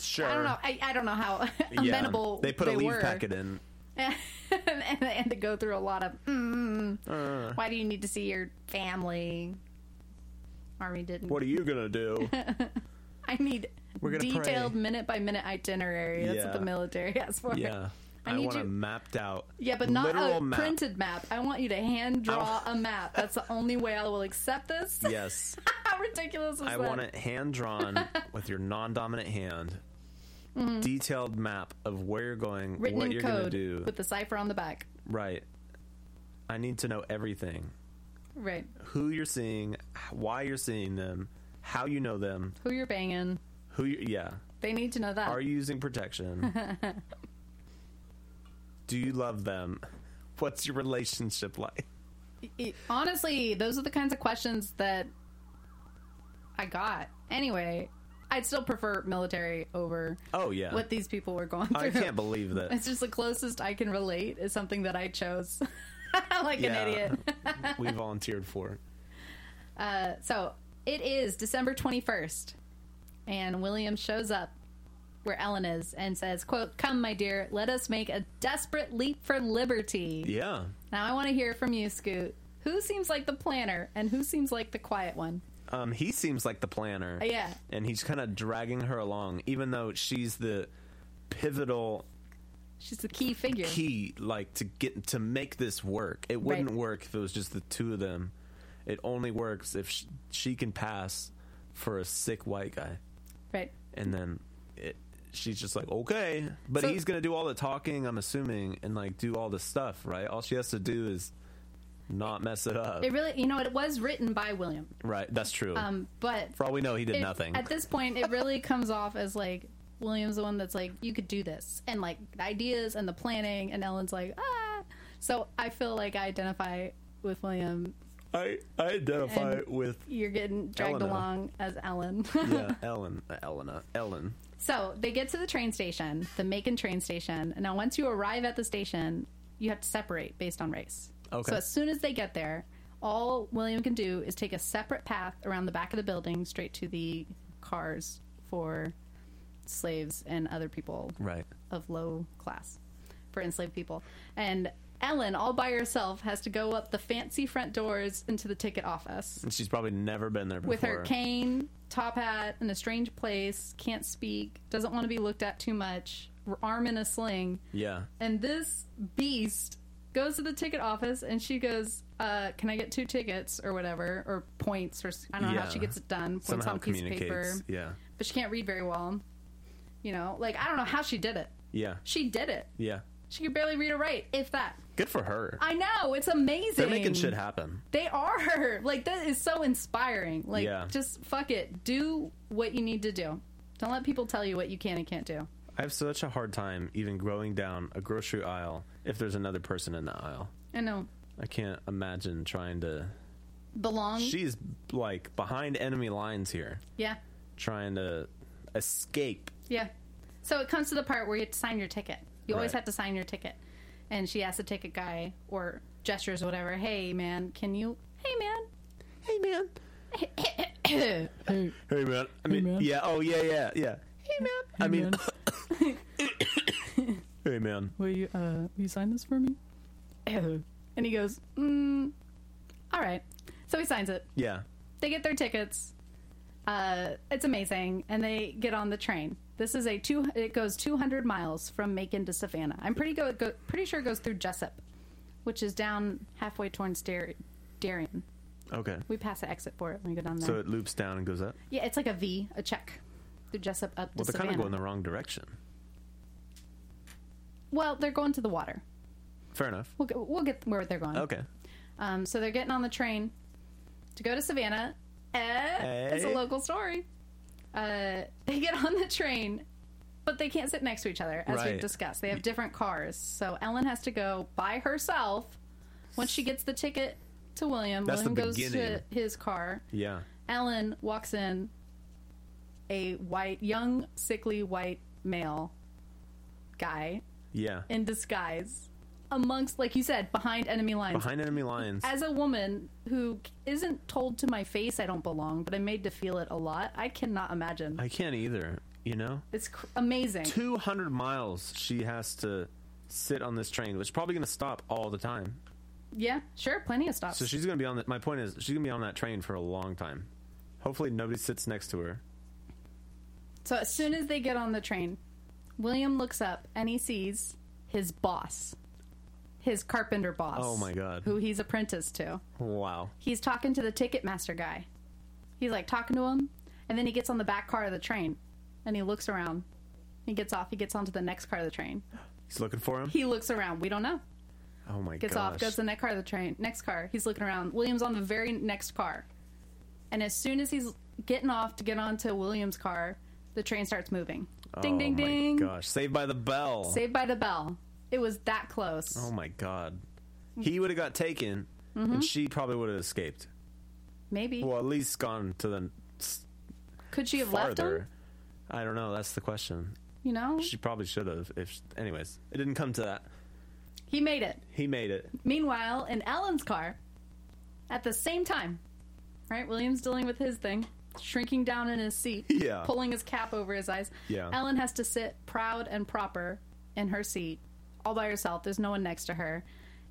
Sure.
I don't know. I, I don't know how amenable
They put a leave
were.
packet in.
and, and they had to go through a lot of, mm,
Uh.
why do you need to see your family? Army didn't.
What are you going to do?
I need
We're gonna
detailed
pray.
minute by minute itinerary. That's what
Yeah.
the military asks for.
yeah.
I
I,
need
want
you-
it mapped out.
Yeah, but not
Literal
a
map.
printed map. I want you to hand draw a map. That's the only way I will accept this.
Yes.
How ridiculous is
I
that?
want it hand drawn with your non dominant hand. Detailed map of where you're going,
Mm-hmm. Written
what
in
you're going to
code
do.
with the cipher on the back.
Right. I need to know everything
Right.
who you're seeing, h- why you're seeing them, how you know them,
Who you're banging.
who you, yeah.
They need to know that.
Are you using protection? do you love them? What's your relationship like?
It- honestly, those are the kinds of questions that I got. Anyway, I'd still prefer military over
Oh, yeah.
what these people were going through.
I can't believe that
It's just the closest I can relate is something that I chose. like
Yeah.
an idiot.
we volunteered for. it.
Uh, so it is December 21st, and William shows up where Ellen is and says, quote, Come, my dear, let us make a desperate leap for liberty.
Yeah.
Now I want to hear from you, Scoot. Who seems like the planner and who seems like the quiet one?
Um, he seems like the planner.
Yeah.
And he's kind of dragging her along, even though she's the pivotal
She's the key figure.
key like to get to make this work it wouldn't work if it was just the two of them it only works if she, she can pass for a sick white guy
Right.
and then it, she's just like okay but
So-
he's gonna do all the talking i'm assuming and like do all the stuff right all she has to do is not mess it up
It really, you know, it was written by William,
right that's true
um, but
for all we know he did
it-
nothing
At this point, it really comes off as like William's the one that's like, you could do this, and like the ideas and the planning, and Ellen's like, ah. So I feel like I identify with William.
i i identify
and-
with
You're getting dragged
Elena.
along as Ellen.
yeah ellen uh, elena ellen
so they get to the train station, the Macon train station. Now, once you arrive at the station, you have to separate based on race.
Okay.
So as soon as they get there, all William can do is take a separate path around the back of the building straight to the cars for slaves and other people
right
of low class for enslaved people. And Ellen, all by herself, has to go up the fancy front doors into the ticket office
and she's probably never been there before
with her cane, top hat, in a strange place, can't speak, doesn't want to be looked at too much, r- arm in a sling.
yeah
And this beast goes to the ticket office and she goes, uh, Can I get two tickets or whatever, or points, or s- I don't know how
Yeah.
she gets it done, points
somehow
on a piece of paper.
communicates yeah
But she can't read very well. You know, like, I don't know how she did it.
yeah
She did it.
yeah
She could barely read or write, if that.
Good for her.
I know, it's amazing.
They're making shit happen.
They are. Like that is so inspiring. Like
Yeah.
just fuck it. Do what you need to do. Don't let people tell you what you can and can't do.
I have such a hard time even going down a grocery aisle if there's another person in the aisle.
I know.
I can't imagine trying to.
Belong.
She's like behind enemy lines here,
yeah.
trying to escape.
Yeah. So it comes to the part where you have to sign your ticket. You always
Right.
have to sign your ticket. And she asks the ticket guy or gestures whatever, "Hey man, can you Hey man,
Hey man, Hey man. I mean,
man.
yeah. Oh yeah, yeah, yeah.
Hey, man.
I
Hey,
mean,
man.
hey man.
Will you, uh, will you sign this for me?
and he goes, mm, all right. So he signs it.
Yeah.
They get their tickets. Uh, it's amazing, and they get on the train. This is a two. It goes 200 miles from Macon to Savannah. I'm pretty go, go pretty sure it goes through Jessup, which is down halfway towards Dar- Darien.
Okay.
We pass the exit for it when we go down there.
So it loops down and goes up.
yeah, it's like a V, a check through Jessup up
Well,
to
they're kind
Savannah.
of going the wrong direction.
well, they're going to the water.
Fair enough.
We'll get, we'll get where they're going.
Okay.
Um, so they're getting on the train to go to Savannah. Eh, It's a
Hey.
local story. Uh, they get on the train, but they can't sit next to each other, as
Right.
we've discussed. They have different cars. So Ellen has to go by herself. Once she gets the ticket to William,
That's the
William goes
beginning.
to his car.
Yeah.
Ellen walks in, a white, young, sickly white male guy
Yeah.
in disguise, amongst, like you said, behind enemy lines
Behind enemy lines.
as a woman who isn't told to my face I don't belong, but I'm made to feel it a lot, I cannot imagine.
I can't either. You know.
it's cr- amazing.
200 miles she has to sit on this train, which is probably going to stop all the time.
yeah, sure, plenty of stops.
So she's going to be on that. My point is, she's going to be on that train for a long time. Hopefully, nobody sits next to her.
so as soon as they get on the train, William looks up and he sees his boss, his carpenter boss.
Oh my God.
Who he's apprenticed to.
Wow.
He's talking to the Ticketmaster guy. He's like talking to him, and then he gets on the back car of the train and he looks around. He gets off, he gets onto the next car of the train.
He's looking for him.
He looks around. We don't know.
Oh my
gets
gosh.
off, goes to the next car, the train, next car. He's looking around. William's on the very next car, and as soon as he's getting off to get onto William's car, the train starts moving. Ding,
oh
ding,
my
ding.
Gosh. Saved by the bell.
Saved by the bell. It was that close.
oh my God. He would have got taken,
Mm-hmm.
and she probably would have escaped.
Maybe
Well, at least gone to the s-
could she have left him?
farther. I don't know. That's the question.
You know,
She probably should have. If, anyways, it didn't come to that.
he made it.
He made it.
Meanwhile, in Ellen's car, at the same time, right? William's dealing with his thing, shrinking down in his seat,
Yeah.
pulling his cap over his eyes.
Yeah.
Ellen has to sit proud and proper in her seat, all by herself. There's no one next to her,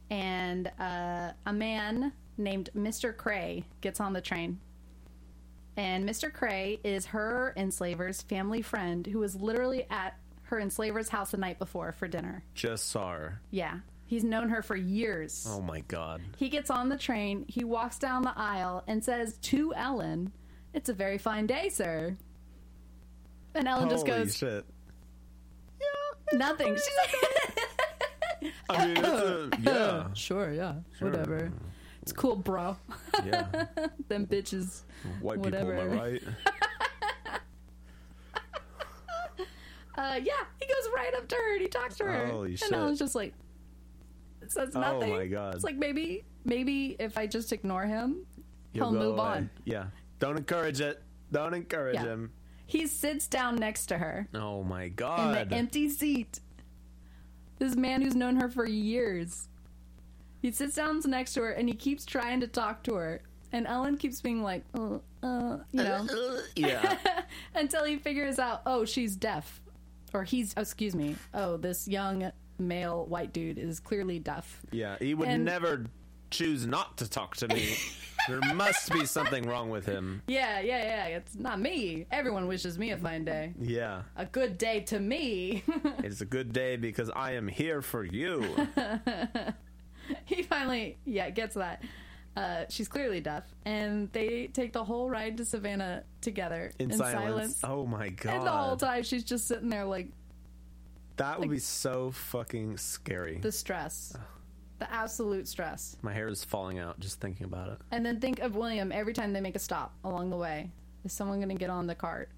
and uh, a man named Mr. Cray gets on the train. And Mr. Cray is her enslaver's family friend who was literally at her enslaver's house the night before for dinner.
Just saw her.
Yeah. He's known her for years.
Oh my God.
He gets on the train, he walks down the aisle, and says to Ellen, It's a very fine day, sir. And Ellen just
Holy
goes,
shit.
Nothing. She's like,
I mean, it's a, yeah,
Sure, yeah. Whatever.
It's cool, bro.
yeah.
Them bitches.
White people,
Whatever.
am I right?
Uh, yeah, he goes right up to her and he talks to her.
Holy
and
shit.
Ellen's just like, Says
Oh
nothing.
my God.
It's like, maybe, maybe if I just ignore him,
You'll
he'll
go
move
away.
on.
Yeah. Don't encourage it. Don't encourage
Yeah.
him.
He sits down next to her.
Oh my
in
god.
the empty seat. This man who's known her for years. He sits down next to her and he keeps trying to talk to her. And Ellen keeps being like, uh, uh, you know,
yeah.
until he figures out, oh, she's deaf. Or he's, oh, excuse me, oh, this young male white dude is clearly deaf.
Yeah. He would
And-
never choose not to talk to me. there must be something wrong with him.
Yeah, yeah, yeah, it's not me. Everyone wishes me a fine day.
Yeah.
A good day to me.
It's a good day because I am here for you.
he finally yeah gets that uh, she's clearly deaf and they take the whole ride to savannah together
In, silence. Oh my god.
and the whole time she's just sitting there like
that would be so fucking scary.
the stress the absolute stress
my hair is falling out just thinking about it.
and then think of william every time they make a stop along the way is someone going to get on the cart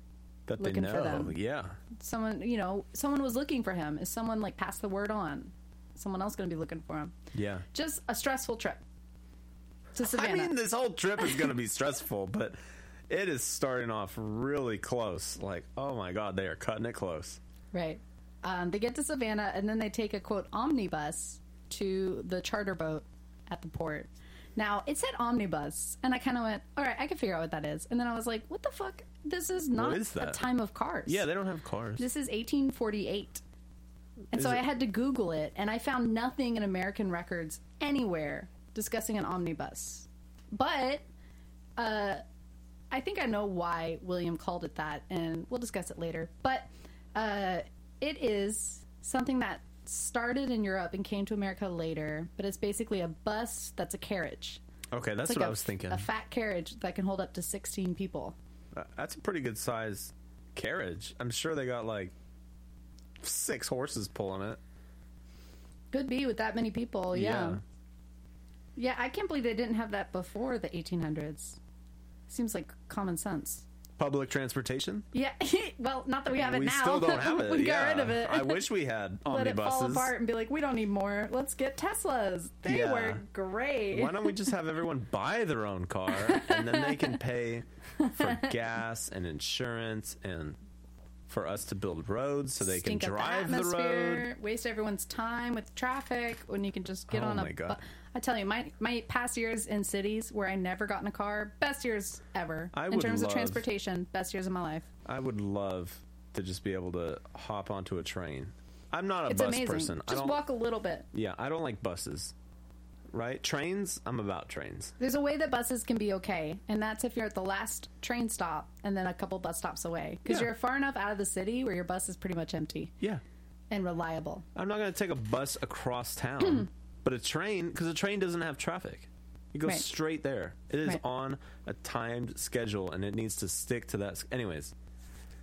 That
Looking
they
for
know.
them.
Yeah.
someone you know someone was looking for him is someone like pass the word on someone else going to be looking for him
Yeah.
just a stressful trip to
I
savannah
mean, this whole trip is going to be stressful, but it is starting off really close. Like, oh my God, they are cutting it close.
Right. Um, they get to Savannah and then they take a quote omnibus to the charter boat at the port. Now it said omnibus, and I kind of went, "All right, I can figure out what that is." And then I was like, "What the fuck? This is not
is
a
that?
time of cars."
Yeah, they don't have cars.
This is 1848. And so
Is
I
it-
had to Google it, and I found nothing in American records anywhere discussing an omnibus. But uh, I think I know why William called it that, and we'll discuss it later. But uh, it is something that started in Europe and came to America later, but it's basically a bus that's a carriage.
okay, that's
It's like
what I
a-
was thinking.
A fat carriage that can hold up to 16 people.
Uh, that's a pretty good size carriage. I'm sure they got like six horses pulling it.
Could be with that many people, yeah.
Yeah.
Yeah, I can't believe they didn't have that before the 1800s. Seems like common sense.
Public transportation?
Yeah, well, not that we have it
we
now.
still don't have it.
we
yeah.
got rid of it.
I wish we had
Let it
omnibuses.
fall apart and be like, we don't need more. Let's get Teslas. They
Yeah.
were great.
Why don't we just have everyone buy their own car and then they can pay for gas and insurance and for us to build roads so they
Stink
can
up
drive the, road?
atmosphere, Waste everyone's time with traffic when you can just get
Oh
on a.
my God.
bu- I tell you, my my past years in cities where I never got in a car, best years ever
I
in
would
terms of
love-
transportation. Best years of my life.
I would love to just be able to hop onto a train. I'm not a
It's
bus
amazing.
person. I
Just
don't
walk a little bit.
Yeah, I don't like buses. Right? Trains, I'm about trains.
There's a way that buses can be okay, and that's if you're at the last train stop and then a couple bus stops away. Because
Yeah.
you're far enough out of the city where your bus is pretty much empty
Yeah.
and reliable.
I'm not going to take a bus across town, but a train, because a train doesn't have traffic. You go
Right.
straight there. It is
Right.
on a timed schedule and it needs to stick to that. s- Anyways,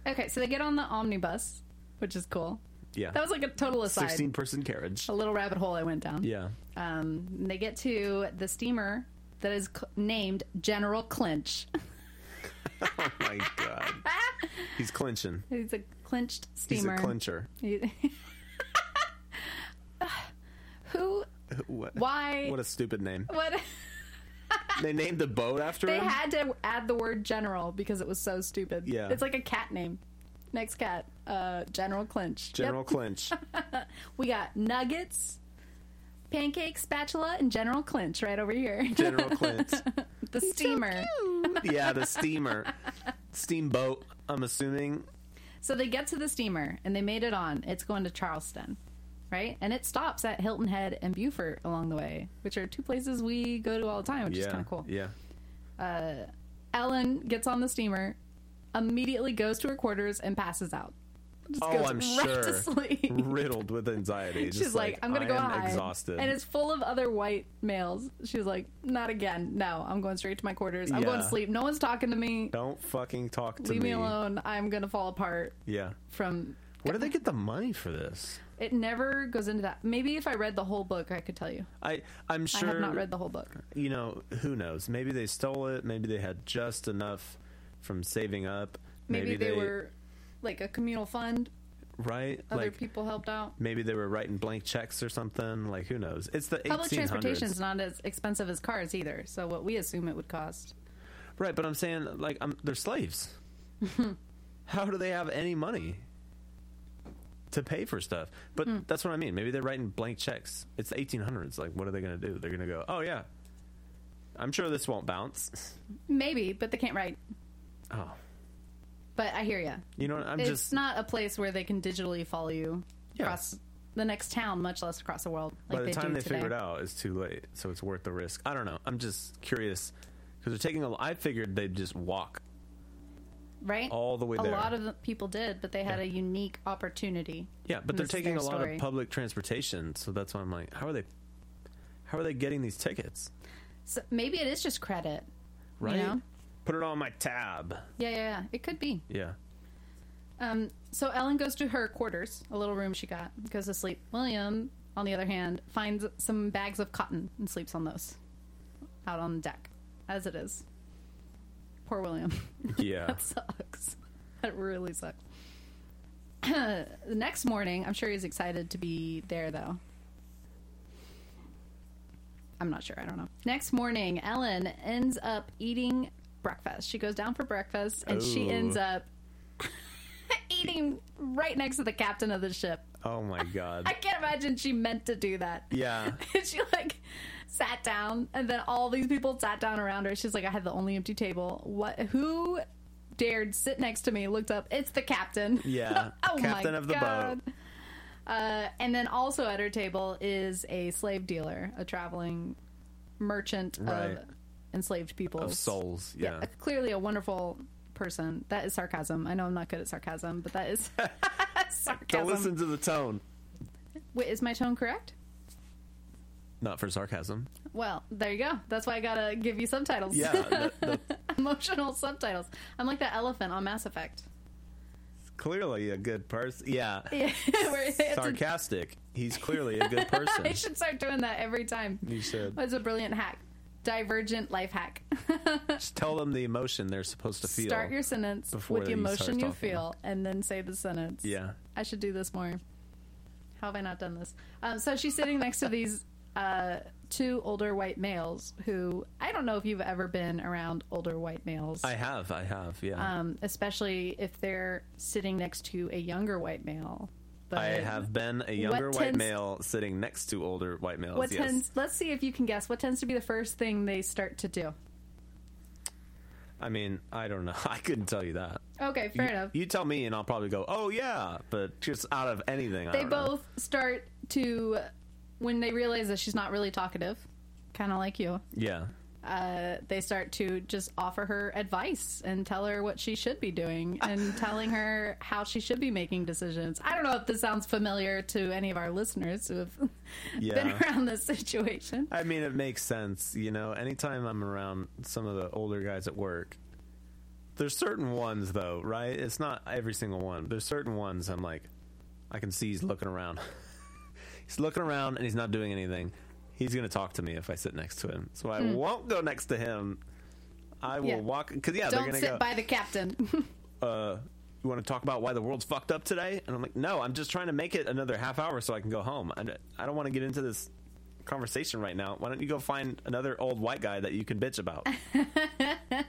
Okay, so they get on the omnibus, which is cool.
yeah.
That was like a total aside.
16 person carriage.
A little rabbit hole I went down.
Yeah.
Um, and they get to the steamer that is cl- named General Clinch.
Oh my God. He's clinching.
It's a clinched
He's
steamer.
a clincher.
Who?
What?
Why?
What a stupid name.
what?
They named the boat after
They
him?
had to add the word general because it was so stupid.
Yeah.
It's like a cat name. Next cat, uh, General Clinch.
General
Yep.
Clinch.
We got nuggets, pancake spatula, and General Clinch right over here.
General Clinch.
the steamer.
Yeah, the steamer. Steamboat, I'm assuming.
So they get to the steamer and they made it on. It's going to Charleston, right? And it stops at Hilton Head and Beaufort along the way, which are two places we go to all the time, which is
yeah.
kind of cool.
Yeah.
Ellen gets on the steamer, immediately goes to her quarters, and passes out. Just
Oh,
goes
I'm
right To
sure.
sleep.
riddled with anxiety. Just
She's like, I'm gonna
I
go
am
hide.
Exhausted.
And it's full of other white males. She's like, not again. No, I'm going straight to my quarters. I'm going to
Yeah.
sleep. No one's talking to me.
Don't fucking talk to
Leave me.
me.
alone. I'm gonna fall apart
Yeah.
from.
Where do they get the money for this?
It never goes into that. Maybe if I read the whole book, I could tell you.
I I'm sure
I have not read the whole book.
you know who knows. Maybe they stole it. Maybe they had just enough from saving up.
Maybe, they, were like a communal fund.
right.
Other
like
people helped out.
maybe they were writing blank checks or something. Like who knows? It's the
Public
1800s.
transportation is not as expensive as cars either. So what we assume it would cost.
Right, but I'm saying like I'm, they're slaves. How do they have any money to pay for stuff? But
Hmm.
that's what I mean. Maybe they're writing blank checks. It's the 1800s. Like, what are they going to do? They're going to go, oh yeah, I'm sure this won't bounce.
Maybe, but they can't write.
Oh,
But I hear ya.
you know, what? I'm
it's
just
not a place where they can digitally follow you
Yeah.
across the next town, much less across the world. Like
by the time
do
they
today.
figure it out, it's too late. So it's worth the risk. I don't know. I'm just curious because they're taking a. I figured they'd just walk.
right?
all the way
a
there.
lot of the people did, but they had
Yeah.
a unique opportunity.
Yeah, but
And
they're
this is
taking
their
a lot
story.
of public transportation, so that's why I'm like, how are they? How are they getting these tickets?
So maybe it is just credit.
right?
know?
Put it on my tab.
Yeah, yeah, yeah. It could be.
Yeah.
Um, so Ellen goes to her quarters, a little room she got, goes to sleep. William, on the other hand, finds some bags of cotton and sleeps on those out on the deck, as it is. Poor William.
Yeah.
that sucks. That really sucks. the next morning, I'm sure he's excited to be there, though. I'm not sure. I don't know. Next morning, Ellen ends up eating breakfast. She goes down for breakfast and she
Oh.
ends up eating right next to the captain of the ship.
oh my
I
god.
can't imagine she meant to do that.
Yeah.
she like sat down, and then all these people sat down around her. She's like, I had the only empty table. What? Who dared sit next to me? Looked up. It's the captain.
Yeah.
oh
Captain
my
of the
God.
boat.
Uh, and then also at her table is a slave dealer, a traveling merchant
Right.
of enslaved people.
Of souls. Yeah.
clearly a wonderful person. That is sarcasm. I know I'm not good at sarcasm, but that is
Don't
sarcasm.
listen to the tone.
Wait, is my tone correct?
Not for sarcasm.
Well, there you go. That's why I gotta give you subtitles.
Yeah. the- the-
Emotional subtitles. I'm like that elephant on Mass Effect.
clearly a good person. Yeah.
Yeah, where they have to-
Sarcastic. He's clearly a good
I
person.
should start doing that every time.
You should.
That's a brilliant hack. Divergent life hack.
Just tell them the emotion they're supposed to feel.
Start your sentence
before
with the
you start
emotion you
talking.
feel, and then say the sentence.
Yeah.
I should do this more. How have I not done this? Um, so she's sitting next to these uh, two older white males who I don't know if you've ever been around older white males,
I have. I have. Yeah.
um, especially if they're sitting next to a younger white male. But
I have been a younger
what
white
tends-
male sitting next to older white males.
What
yes.
tends? Let's see if you can guess. What tends to be the first thing they start to do?
I mean, I don't know. I couldn't tell you that.
Okay, fair enough.
You tell me, and I'll probably go, "Oh yeah," but just out of anything, I
they
don't know.
both start to when they realize that she's not really talkative, kind of like you.
Yeah,
uh, they start to just offer her advice and tell her what she should be doing and telling her how she should be making decisions. I don't know if this sounds familiar to any of our listeners who have been
Yeah.
around this situation.
I mean, it makes sense. You know, anytime I'm around some of the older guys at work, there's certain ones though, right? It's not every single one. There's certain ones I'm like, I can see he's looking around. he's looking around and he's not doing anything. He's gonna talk to me if I sit next to him, so I won't go next to him. I will
Hmm. Yeah.
walk because yeah, they're
Don't
gonna
sit
go.
by the captain.
uh, you want to talk about why the world's fucked up today? And I'm like, no, I'm just trying to make it another half hour so I can go home. I, I don't want to get into this conversation right now. Why don't you go find another old white guy that you can bitch about? I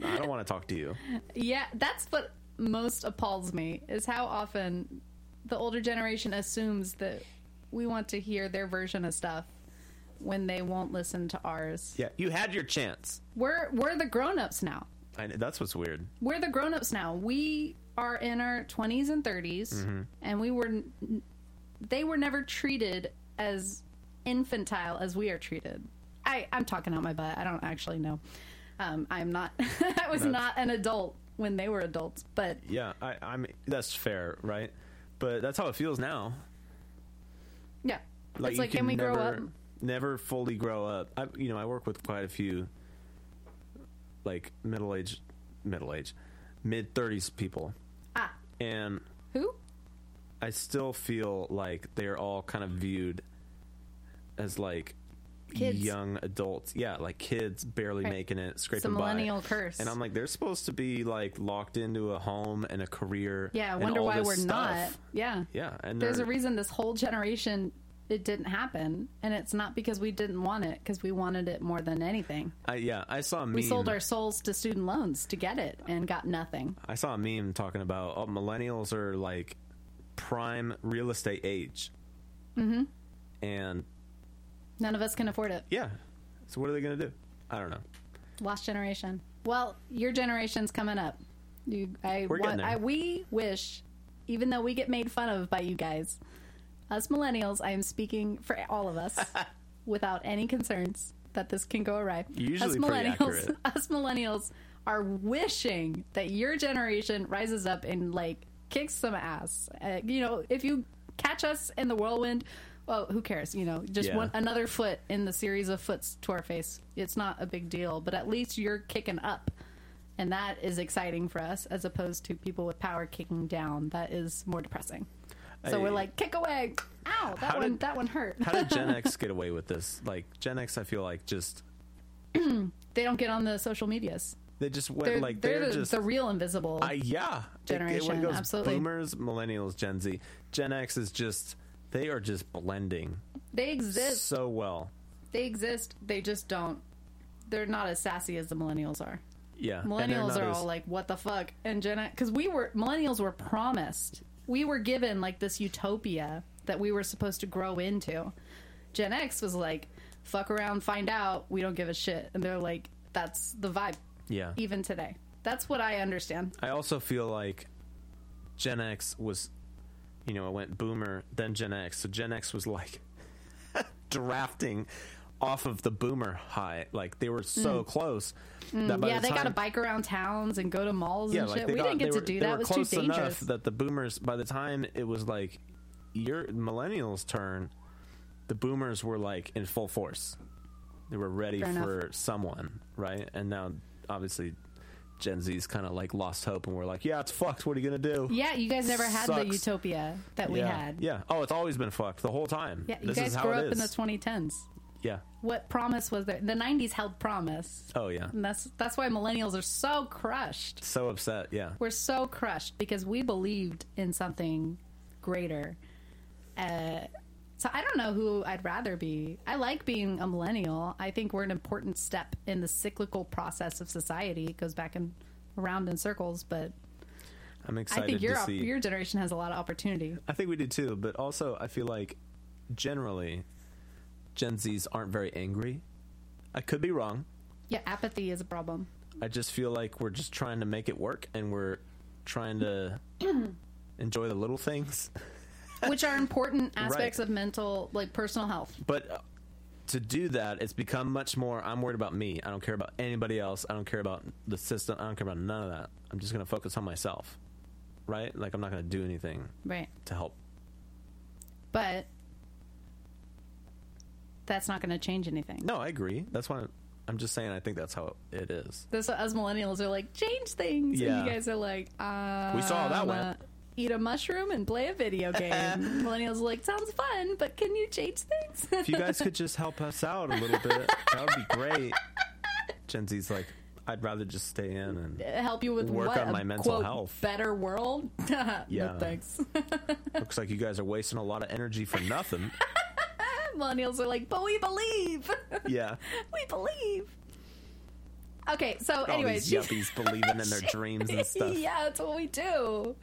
don't want to talk to you.
yeah, that's what most appalls me is how often the older generation assumes that we want to hear their version of stuff when they won't listen to ours.
Yeah, you had your chance.
We're we're the grown-ups now.
I, that's what's weird.
we're the grown-ups now we are in our 20s and 30s
Mm-hmm.
and we were n- they were never treated as infantile as we are treated i i'm talking out my butt i don't actually know um i'm not i was
That's-
not an adult when they were adults but
Yeah, I, I'm. That's fair, right? But that's how it feels now.
yeah it's
you
like can we
never,
grow up
Never fully grow up. I, you know, I work with quite a few, like middle aged middle age, mid thirties people,
ah
and
who
I still feel like they're all kind of viewed as like
Kids.
young adults. Yeah, like kids barely
Right.
making it,
it's a
scraping
millennial
by.
curse
And I'm like, they're supposed to be like locked into a home and a career.
yeah i
and
wonder
all
why
this
we're not
stuff.
yeah
Yeah, and
there's
they're-
a reason this whole generation it didn't happen and it's not because we didn't want it because we wanted it more than anything
I, yeah, I saw a meme.
We sold our souls to student loans to get it and got nothing.
I saw a meme talking about oh, millennials are like prime real estate age. Mm-hmm. And
None of us can afford it.
yeah, so what are they going to do? I don't know.
Lost generation. Well, your generation's coming up. You, I,
We're
want,
getting there.
I we wish, even though we get made fun of by you guys, us millennials. I am speaking for all of us without any concerns that this can go awry.
Usually
us
pretty
millennials,
accurate.
us millennials are wishing that your generation rises up and like kicks some ass. Uh, you know, if you catch us in the whirlwind. Well, who cares? You know, just
Yeah.
one another foot in the series of foots to our face. It's not a big deal, but at least you're kicking up. And that is exciting for us as opposed to people with power kicking down. That is more depressing. So
I-
we're like, kick away. Ow, that
How
one
did-
that one hurt.
How did Gen X get away with this? Like Gen X, I feel like just
they don't get on the social medias.
they just went
They're,
like
they're,
they're,
the,
just
the real invisible.
I, yeah It- it- when it
generation,
goes
absolutely.
Boomers, millennials, Gen Z, Gen X is just they are just blending
they exist.
so well.
They exist. They just don't. They're not as sassy as the millennials are.
Yeah, and they're
Millennials
not
are
as-
all like, "What the fuck?" And Gen because we were millennials were promised, we were given like this utopia that we were supposed to grow into. Gen X was like, fuck around, find out, we don't give a shit. And they're like, that's the vibe,
Yeah.
even today. That's what I understand.
I also feel like Gen X was, you know, it went boomer, then Gen X. So Gen X was like drafting off of the boomer high. Like they were so close. that by
Hmm. yeah, they
the
got to
time-
bike around towns and go to malls
Yeah,
and
like
shit.
they
We
got,
didn't
they
get to
were-
do
they
that.
were
It was too
close
dangerous.
enough that the boomers, by the time it was like your millennials' turn, the boomers were like in full force. They were ready
Fair enough.
for someone, right? And now, obviously, Gen Z's kind of like lost hope, and we're like, "Yeah, it's fucked. What are you gonna do?"
yeah, you guys never had the
Sucks.
utopia that we
yeah.
had.
Yeah. Oh, it's always been fucked the whole time.
Yeah, you
this
guys
is how
grew
it
up in the
is.
2010s.
yeah.
What promise was there? The 90s held promise.
Oh yeah.
And that's that's why millennials are so crushed.
So upset. Yeah.
We're so crushed because we believed in something greater. Uh, so I don't know who I'd rather be. I like being a millennial. I think we're an important step in the cyclical process of society. It goes back and around in circles, but
I'm excited
I think your
to
op-
see.
your generation has a lot of opportunity.
I think we do too, but also I feel like generally Gen Zs aren't very angry. I could be wrong.
Yeah, apathy is a problem.
I just feel like we're just trying to make it work and we're trying to enjoy the little things.
which are important aspects of mental like personal health
But uh, to do that, it's become much more I'm worried about me. I don't care about anybody else. I don't care about the system. I don't care about none of that. I'm just going to focus on myself. Right? Like I'm not going to do anything
right
to help.
but that's not going to change anything
No, I agree. That's why I'm- I'm just saying I think that's how it is.
this as millennials are like change things
Yeah.
and you guys are like uh
We saw how that went.
eat a mushroom and play a video game millennials are like sounds fun but can you change things
if you guys could just help us out a little bit, that would be great. Gen Z's like, I'd rather just stay in and
help you with
Work
what
on
a,
my mental
quote,
health.
better world
Yeah.
no thanks
looks like you guys are wasting a lot of energy for nothing.
millennials are like but we believe
Yeah.
we believe okay so
All
anyway
these
she-
yuppies believing in their dreams and stuff.
yeah, that's what we do.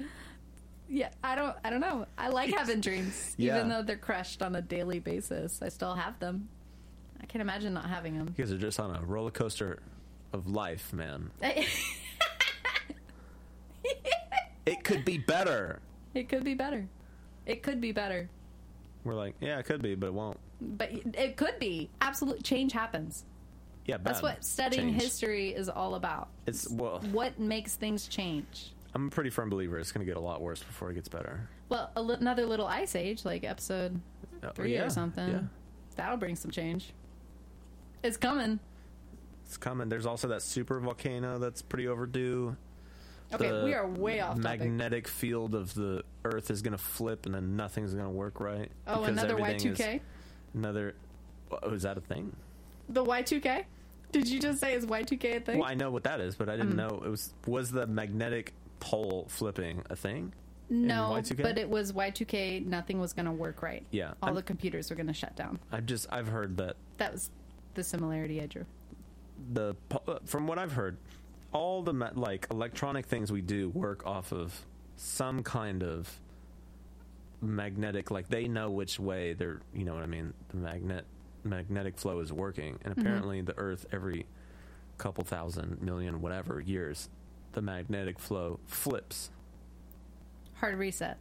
Yeah, I don't. I don't know. I like having dreams,
Yeah.
even though they're crushed on a daily basis. I still have them. I can't imagine not having them.
You guys are just on a roller coaster of life, man. It could be better.
it could be better. It could be better,
We're like, yeah, it could be, but it won't.
but it could be. Absolute change happens.
Yeah, bad.
That's what studying
Change.
history is all about.
It's well,
What makes things change?
I'm a pretty firm believer. It's going to get a lot worse before it gets better.
Well, a li- another little ice age, like episode
Uh,
three
yeah,
or something.
Yeah.
That'll bring some change. It's coming.
It's coming. There's also that super volcano that's pretty overdue.
Okay,
the
we are way off topic.
magnetic field of the earth is going to flip and then nothing's going to work right
Oh,
because
another Y
everything
two
is-
K.
another oh, is that a thing
The Y two K. Did you just say is Y two K a thing? Mm.
well i know what that is but i didn't know it was was the magnetic pole flipping a thing
no,
in Y2K?
but it was Y two K. Nothing was going to work right.
Yeah,
all
I'm-
the computers were going to shut down.
i've just i've heard that
That was the similarity I drew.
the po- from what i've heard all the ma- like electronic things we do work off of some kind of magnetic like they know which way they're you know what i mean the magnet magnetic flow is working
Mm-hmm.
and apparently the earth every couple thousand million whatever years the magnetic flow flips
Hard reset.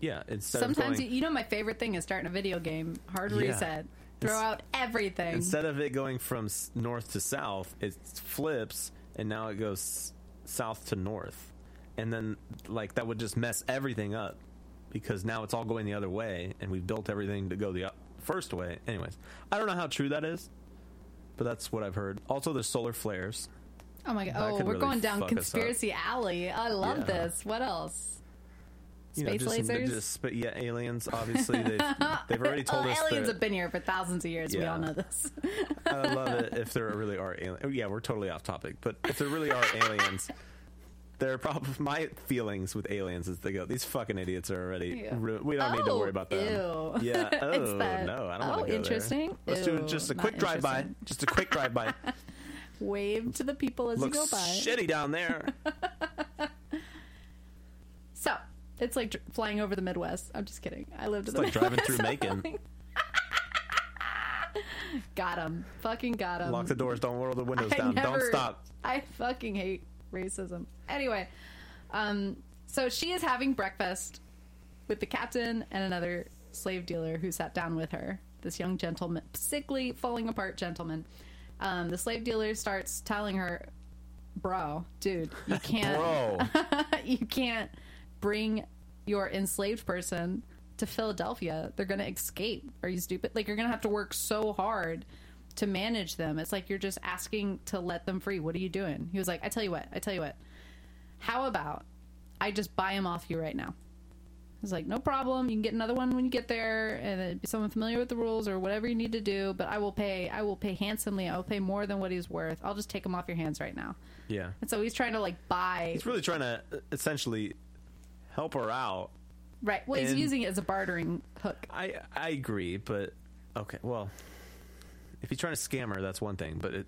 yeah instead of
Sometimes
going,
you, you know my favorite thing is starting a video game. Hard
Yeah.
reset. Throw
It's-
out everything.
instead of it going from s- north to south it flips and now it goes s- south to north and then like that would just mess everything up because now it's all going the other way and we've built everything to go the o- first way anyways i don't know how true that is but that's what i've heard also there's solar flares
oh my god.
that
Oh,
could
we're
really
going down
fuck us up.
conspiracy alley. I love
Yeah.
this. What else?
you know,
Space
just,
lasers?
just- but yeah aliens obviously they've, they've already told
oh,
us
aliens
that-
have been here for thousands of years. We
Yeah.
all know this.
I would love it if there really are aliens. Oh, Yeah, we're totally off topic, but if there really are aliens, there are probably my feelings with aliens is they go, these fucking idiots are already.
Yeah.
ru- we don't need to
Oh,
worry about them.
ew.
Yeah.
It's
Oh
that-
no, I don't
oh,
want to go
interesting.
There. Let's do
Ew,
just a
not
quick drive by.
interesting.
Just a quick drive by.
Wave to the people as
Looks
you go by.
shitty down there.
So it's like dr- flying over the Midwest. I'm just kidding. I lived in
It's
the
like driving
Midwest.
through Macon.
Got him. Fucking got him.
Lock the doors. Don't roll the windows down. Don't stop.
I fucking hate racism. Anyway, um, so she is having breakfast with the captain and another slave dealer who sat down with her. This young gentleman, sickly, falling apart gentleman. Um, the slave dealer starts telling her, "Bro, dude, you can't."
Bro.
you can't bring your enslaved person to Philadelphia. They're going to escape. Are you stupid? Like, you're going to have to work so hard to manage them. It's like you're just asking to let them free. What are you doing? He was like, I tell you what, I tell you what. How about I just buy him off you right now? He's like, no problem. You can get another one when you get there, and it'd be someone familiar with the rules or whatever you need to do. But I will pay. I will pay handsomely. I will pay more than what he's worth. I'll just take him off your hands right now.
Yeah.
And so he's trying to like buy.
He's really trying to uh, essentially help her out.
Right. Well, he's
And-
using it as a bartering hook.
I I agree, but okay. Well, if he's trying to scam her, that's one thing. But it,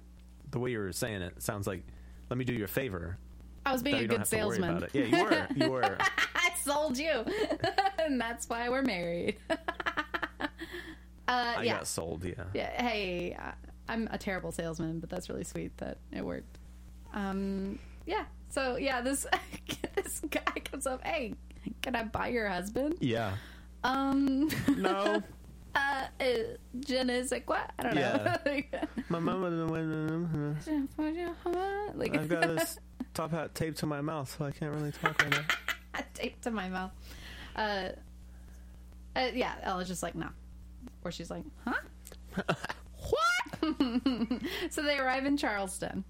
the way you were saying it, it sounds like let me do you a favor.
I was being
That
a
you don't
good
have to worry about
salesman.
it. Yeah, you were. You were.
I sold you, and that's why we're married. uh,
I
yeah.
got sold. Yeah.
yeah. Hey, I- I'm a terrible salesman, but that's really sweet that it worked. Um, yeah. So yeah, this this guy comes up. Hey, can I buy your husband?
Yeah.
Um,
No.
uh, uh, je ne sais quoi. I don't
My mama.
know. like,
I've got this top hat taped to my mouth, so I can't really talk right now.
taped to my mouth. Uh, uh, yeah, Ella's just like, no. Or she's like, huh? what? so they arrive in Charleston.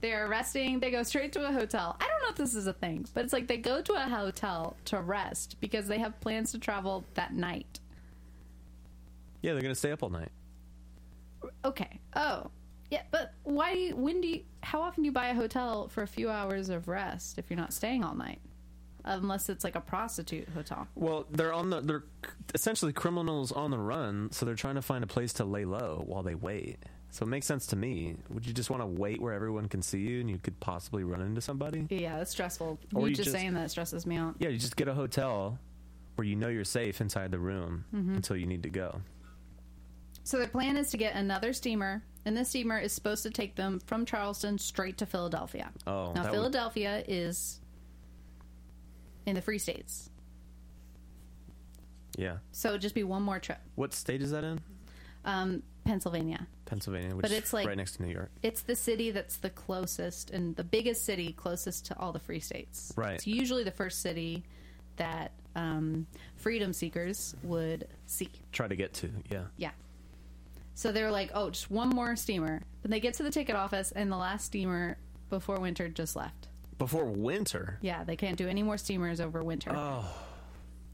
They're resting. They go straight to a hotel. I don't know if this is a thing, but it's like they go to a hotel to rest because they have plans to travel that night.
Yeah, they're gonna stay up all night.
Okay. Oh. Yeah, but why do you, when do you, how often do you buy a hotel for a few hours of rest if you're not staying all night? Unless it's like a prostitute hotel.
Well, they're on the they're essentially criminals on the run, so they're trying to find a place to lay low while they wait. So it makes sense to me. Would you just want to wait where everyone can see you and you could possibly run into somebody?
Yeah, that's stressful.
Or
you
you
just
just-
saying that stresses me out.
Yeah, you just get a hotel where you know you're safe inside the room
Mm-hmm.
until you need to go.
So their plan is to get another steamer, and this steamer is supposed to take them from Charleston straight to Philadelphia.
Oh,
now
that would-
Philadelphia is in the Free States,
Yeah.
so it'd just be one more trip.
What state is that in?
Um, Pennsylvania.
Pennsylvania, which
But
is
it's like-
right next to New York.
It's the city that's the closest and the biggest city closest to all the Free States.
Right.
It's usually the first city that um, freedom seekers would seek.
Try to get to. Yeah.
Yeah. So they're like, oh, just one more steamer. And they get to the ticket office, and the last steamer before winter just left.
Before winter.
Yeah, they can't do any more steamers over winter.
Oh.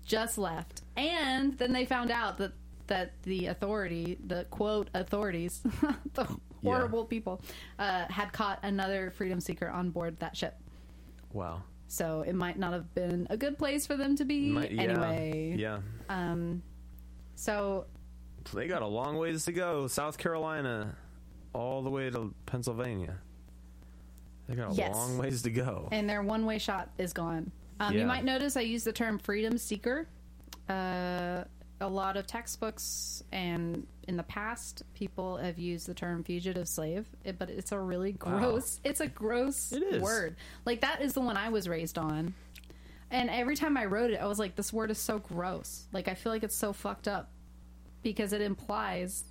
Just left. And then they found out that that the authority, the quote authorities, the horrible people, uh, had caught another freedom seeker on board that ship.
Wow.
So it might not have been a good place for them to be
Might- yeah.
anyway. Um,
Yeah.
So
They got a long ways to go. South Carolina, all the way to Pennsylvania. They got a
Yes.
long ways to go.
and their one way shot is gone. Um, You
Oh. Yeah.
might notice I use the term freedom seeker. Uh, a lot of textbooks and in the past, people have used the term fugitive slave, it- but it's a really
Wow.
gross. It's a gross
It is.
word. Like that is the one I was raised on, and every time I wrote it, I was like, "This word is so gross." Like I feel like it's so fucked up because it implies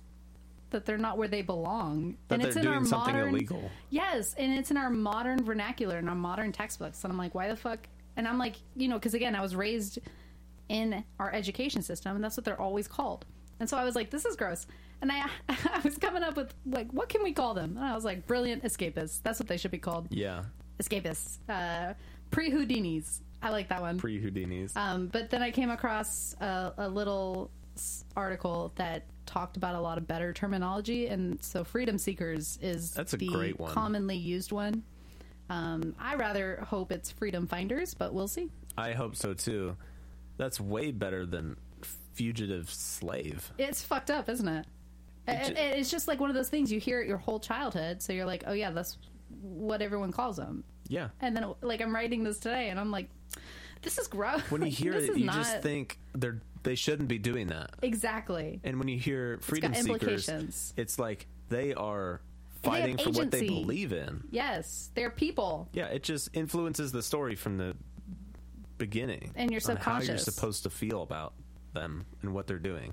that they're not where they belong,
That
and
they're
it's in
doing
our
something
modern,
illegal.
Yes, and it's in our modern vernacular in our modern textbooks, and I'm like, why the fuck? And I'm like, you know, because again, I was raised in our education system, and that's what they're always called. And so I was like, this is gross. And I, I was coming up with like, what can we call them? And I was like, brilliant escapists. That's what they should be called,
yeah.
escapists. Uh, Pre Houdinis. I like that one.
Pre Houdinis.
Um, but then I came across a, a little s- article that talked about a lot of better terminology, and so freedom seekers is
That's a
the
great one.
commonly used one. Um, I rather hope it's freedom finders, but we'll see.
I hope so too. That's way better than fugitive slave.
It's fucked up, isn't it?
It
It-
ju-
it- it's just like one of those things you hear it your whole childhood, so you're like, oh yeah, that's what everyone calls them.
Yeah.
And then, like, I'm writing this today, and I'm like, this is gross.
When you
Like,
hear
this
it,
is
you
not-
just think they're They shouldn't be doing that.
Exactly.
And when you hear
It's
freedom
got
seekers,
implications.
it's like they are
And they have
fighting for what they
agency.
believe in.
Yes, they're people.
Yeah, it just influences the story from the beginning.
And your
on How you're
subconscious.
supposed to feel about them and what they're doing.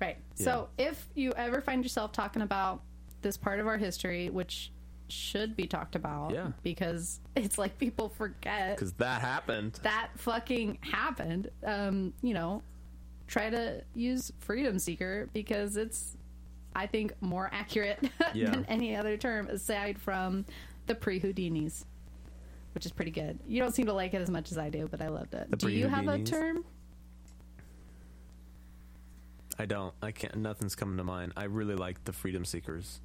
Right. So if you ever find yourself talking about this part of our history, which should be talked about
Yeah.
because it's like people forget
Because that happened.
that fucking happened, um, you know, try to use Freedom Seeker because it's, I think, more accurate
Yeah.
than any other term aside from the pre Houdinis, which is pretty good. You don't seem to like it as much as I do, but I loved it.
The
do you have a
pre-Houdinis?
term?
I don't. I can't. Nothing's coming to mind. I really like the Freedom Seekers.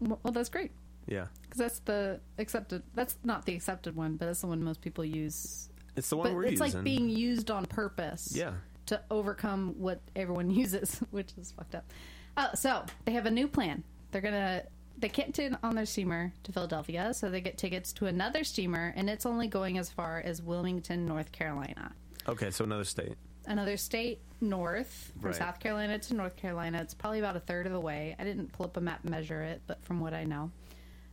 Well, that's great.
Yeah.
Because that's the accepted. That's not the accepted one, but that's the one most people use.
It's the one
But
we're
it's
using.
like being used on purpose.
Yeah.
To overcome what everyone uses, which is fucked up. Oh, so they have a new plan. They're gonna. They can't get on their steamer to Philadelphia, so they get tickets to another steamer, and it's only going as far as Wilmington, North Carolina.
Okay, so another state.
Another state north from
Right.
South Carolina to North Carolina. It's probably about a third of the way. I didn't pull up a map and measure it, but from what I know,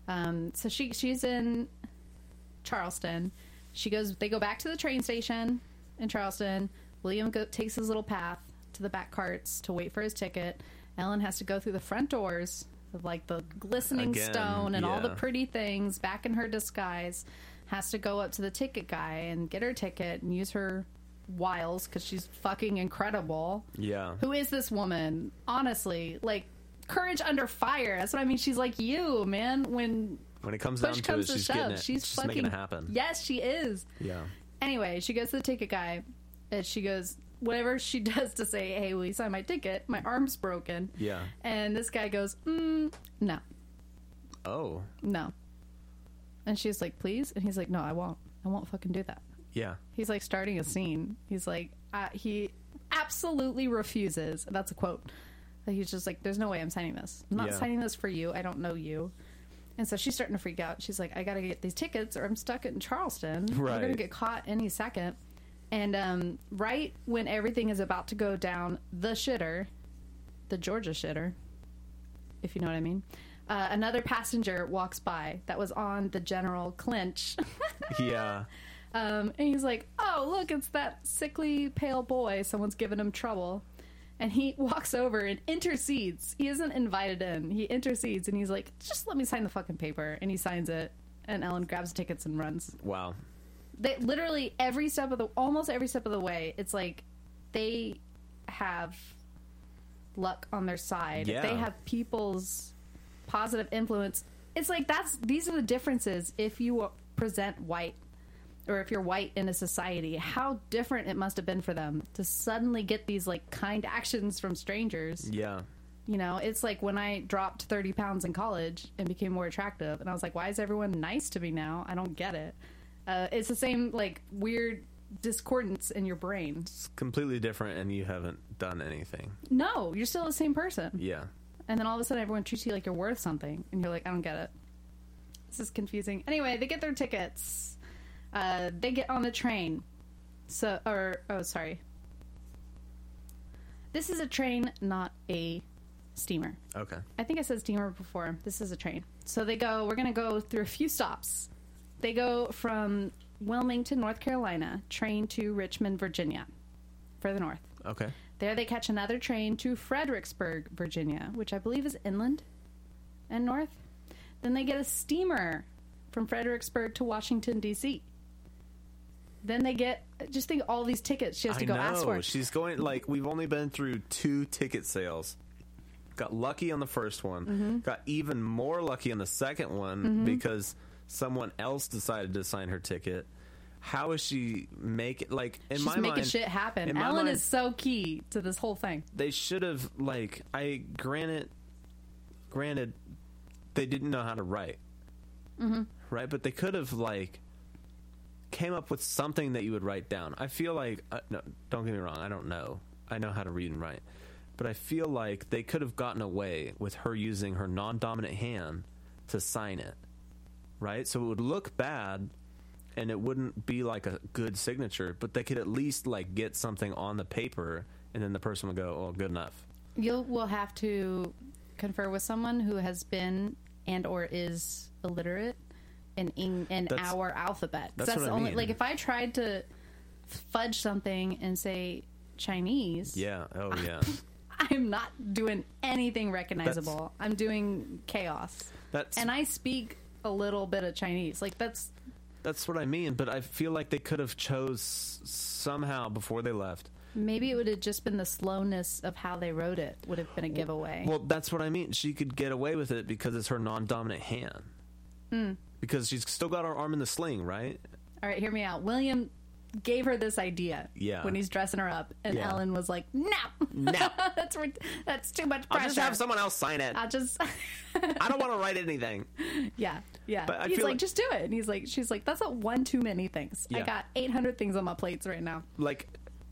um, so she she's in Charleston. She goes. They go back to the train station in Charleston. William go, takes his little path to the back carts to wait for his ticket. Ellen has to go through the front doors of like the glistening
Again,
stone and all the
yeah.
pretty things. Back in her disguise, has to go up to the ticket guy and get her ticket and use her wiles because she's fucking incredible.
Yeah.
Who is this woman? Honestly, like courage under fire. That's what I mean. She's like you, man. When
When it comes down
push
to
comes
it,
to
she's
shove,
getting it.
she's,
she's
fucking
making it happen.
Yes, she is.
Yeah.
Anyway, she goes to the ticket guy, and she goes. Whatever she does to say, "Hey, will you sign my ticket? My arm's broken."
Yeah.
And this guy goes, mm, "No,
Oh.
no." And she's like, "Please," and he's like, "No, I won't. I won't fucking do that."
Yeah.
He's like starting a scene. He's like, uh, he absolutely refuses. That's a quote. That He's just like, there's no way I'm signing this. I'm not
Yeah.
signing this for you. I don't know you. And so she's starting to freak out. She's like, I got to get these tickets or I'm stuck in Charleston. We're going to
Right.
get caught any second. And um, right when everything is about to go down, the shitter, the Georgia shitter, if you know what I mean, uh, another passenger walks by that was on the General Clinch.
Yeah.
Um, and he's like, "Oh, look, it's that sickly pale boy. Someone's giving him trouble." And he walks over and intercedes. He isn't invited in. He intercedes and he's like, "Just let me sign the fucking paper." And he signs it. And Ellen grabs tickets and runs.
Wow.
They literally every step of the almost every step of the way, it's like they have luck on their side.
Yeah.
They have people's positive influence. It's like that's these are the differences if you present white or if you're white in a society, how different it must have been for them to suddenly get these like kind actions from strangers.
Yeah.
You know, it's like when I dropped 30 pounds in college and became more attractive, and I was like, why is everyone nice to me now? I don't get it. Uh, it's the same like weird discordance in your brain.
It's completely different, and you haven't done anything.
No, you're still the same person.
Yeah.
And then all of a sudden, everyone treats you like you're worth something, and you're like, I don't get it. This is confusing. Anyway, they get their tickets. Uh, they get on the train. So, or oh, sorry. This is a train, not a steamer.
Okay.
I think I said steamer before. This is a train. So they go, we're going to go through a few stops. They go from Wilmington, North Carolina, train to Richmond, Virginia, further north.
Okay.
There they catch another train to Fredericksburg, Virginia, which I believe is inland and north. Then they get a steamer from Fredericksburg to Washington, D.C. Then they get, just think all these tickets she has to
I
go
know.
ask for.
She's going like we've only been through two ticket sales. Got lucky on the first one.
Mm-hmm.
Got even more lucky on the second one because someone else decided to sign her ticket. How is she make it like in
She's
my
making
mind?
shit happen.
in my
Ellen
mind-
is so key to this whole thing.
they should have like I granted granted they didn't know how to write. Mm-hmm. Right, but they could have like came up with something that you would write down. I feel like uh, no, don't get me wrong, I don't know. I know how to read and write. But I feel like they could have gotten away with her using her non-dominant hand to sign it. Right? So it would look bad and it wouldn't be like a good signature, but they could at least like get something on the paper, and then the person would go, "Oh, good enough."
You'll will have to confer with someone who has been and or is illiterate in in, in
That's-
our alphabet. 'Cause
that's what
the
I
only
mean.
like if I tried to fudge something and say Chinese,
Yeah. Oh, yeah.
I'm not doing anything recognizable. I'm doing chaos.
That's
And I speak a little bit of Chinese. Like that's
that's what I mean. But I feel like they could have chose somehow before they left.
maybe it would have just been the slowness of how they wrote it would have been a giveaway.
Well, that's what I mean. She could get away with it because it's her non-dominant hand.
Hmm.
Because she's still got her arm in the sling, right?
All right, hear me out. William gave her this idea
Yeah.
when he's dressing her up, and
Yeah.
Ellen was like, "No,
No.
that's rid- that's too much pressure." Uh,
I'll just have someone else sign it.
I'll just-
I don't want to write anything.
yeah, yeah.
But I
he's
feel
like,
like-
"Just do it," and he's like, "She's like, that's not one too many things. I
Yeah.
got eight hundred things on my plates right now."
Like,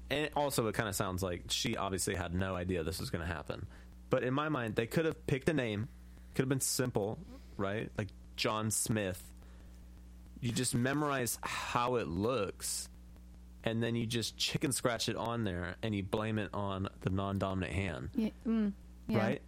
and also it kind of sounds like she obviously had no idea this was going to happen. But in my mind, they could have picked a name. Could have been simple, right? Like John Smith. You just memorize how it looks, and then you just chicken scratch it on there, and you blame it on the non-dominant hand.
Yeah, mm, yeah. Mm-hmm.
right?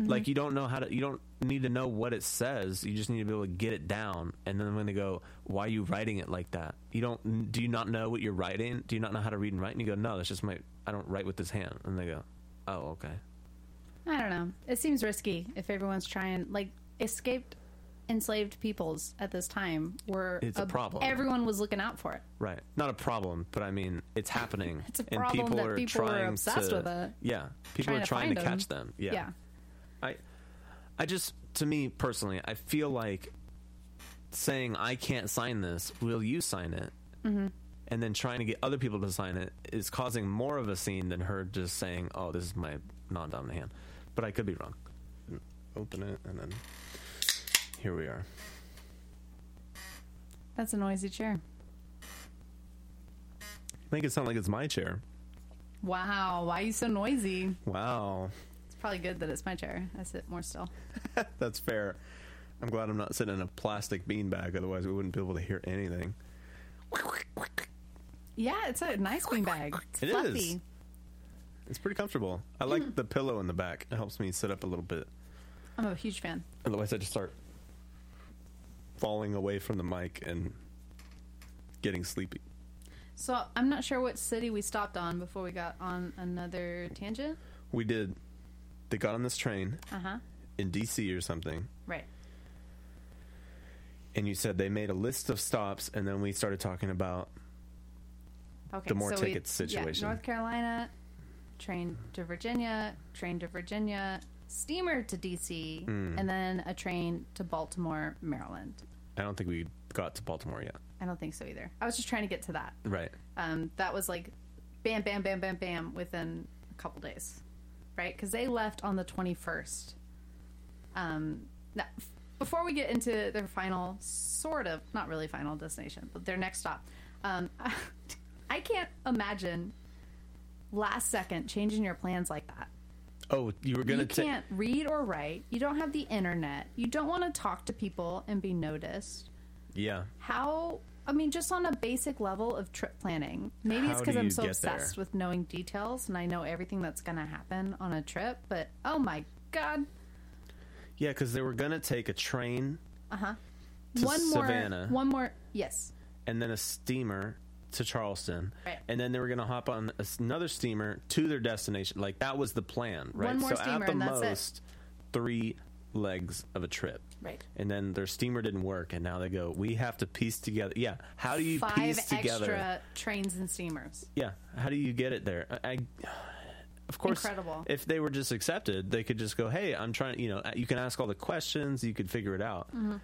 Like you don't know how to, you don't need to know what it says. You just need to be able to get it down. And then when they go, "Why are you writing it like that?" You don't. Do you not know what you're writing? Do you not know how to read and write? And you go, "No, that's just my. I don't write with this hand." And they go, "Oh, okay."
I don't know. It seems risky if everyone's trying like escaped enslaved peoples at this time were
It's a problem.
Everyone was looking out for it.
Right. Not a problem, but I mean, it's happening.
It's a problem that people are obsessed
to,
with it.
Yeah. People
Trying
are
to
trying to,
find 'em.
catch them. Yeah. I I just to me personally, I feel like saying I can't sign this, will you sign it? And then trying to get other people to sign it is causing more of a scene than her just saying, "Oh, this is my non-dominant hand." But I could be wrong. Open it and then here we are.
that's a noisy chair.
Make it sound like it's my chair.
Wow, why are you so noisy?
Wow,
It's probably good that it's my chair. I sit more still.
that's fair. I'm glad I'm not sitting in a plastic beanbag, otherwise we wouldn't be able to hear anything.
Yeah, it's a nice bean bag. It's
It
fluffy.
is. It's pretty comfortable. I
Mm.
like the pillow in the back. It helps me sit up a little bit.
I'm a huge fan.
Otherwise, I just start falling away from the mic and getting sleepy.
So I'm not sure what city we stopped on before we got on another tangent.
We did. They got on this train
Uh huh.
in DC or something,
Right.
and you said they made a list of stops, and then we started talking about
Okay.
The more
so we-
tickets situation.
Yeah, North Carolina, train to Virginia, train to Virginia, steamer to DC,
Hmm.
and then a train to Baltimore, Maryland.
I don't think we got to Baltimore yet.
I don't think so either. I was just trying to get to that.
Right.
um, that was like bam, bam, bam, bam, bam within a couple days, right? Because they left on the 21st. Um, now, f- before we get into their final, sort of, not really final destination, but their next stop, um, I can't imagine last second changing your plans like that.
Oh, you were gonna
You
take.
can't read or write. You don't have the internet. You don't want to talk to people and be noticed
yeah.
how i mean just on a basic level of trip planning maybe it's
How
because
do
i'm
you
so
get there?
obsessed with knowing details and i know everything that's going to happen on a trip but oh my god
Yeah, because they were gonna take a train To
one more
Savannah.
one more yes
and then a steamer to Charleston,
Right.
and then they were going to hop on a s- another steamer to their destination. Like that was the plan, right?
One more
so
steamer
at the
and that's it.
most, three legs of a trip,
right
and then their steamer didn't work, and now they go. We have to piece together. Yeah, how do you
five
piece
extra
together?
trains and steamers
Yeah, how do you get it there? I. I of course,
Incredible.
if they were just accepted, they could just go, "Hey, I'm trying." You know, uh, you can ask all the questions, you could figure it out. But
Mm-hmm.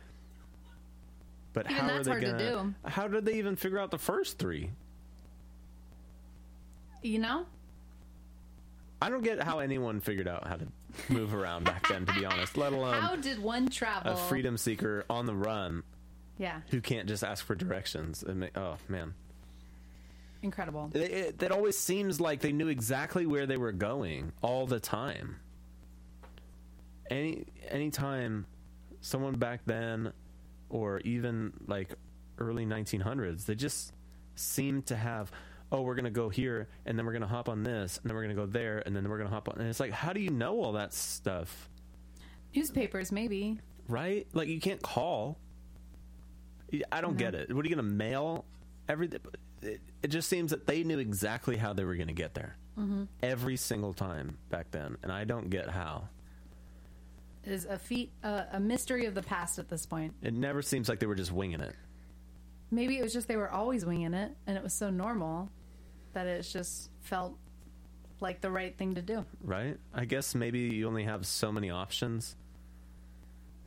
Even
how
that's
are
hard
they
to
going
do.
How did they even figure out the first three?
you know
I don't get how anyone figured out how to move around back then, to be honest, let
how
alone
did one travel
a freedom seeker on the run
yeah
who can't just ask for directions. It ma- oh, man.
incredible
It, it, that always seems like they knew exactly where they were going all the time. Any anytime someone back then, or even like early 1900s. They just seem to have, oh, we're going to go here, and then we're going to hop on this, and then we're going to go there, and then we're going to hop on. And it's like, how do you know all that stuff?
Newspapers, maybe.
Right? Like, you can't call. Y- I don't
No.
get it. What are you going to mail? Every, it, it just seems that they knew exactly how they were going to get there
Mm-hmm.
every single time back then. And I don't get how.
Is a feat uh, a mystery of the past at this point.
It never seems like they were just winging it.
Maybe it was just they were always winging it, and it was so normal that it just felt like the right thing to do.
right? I guess maybe you only have so many options.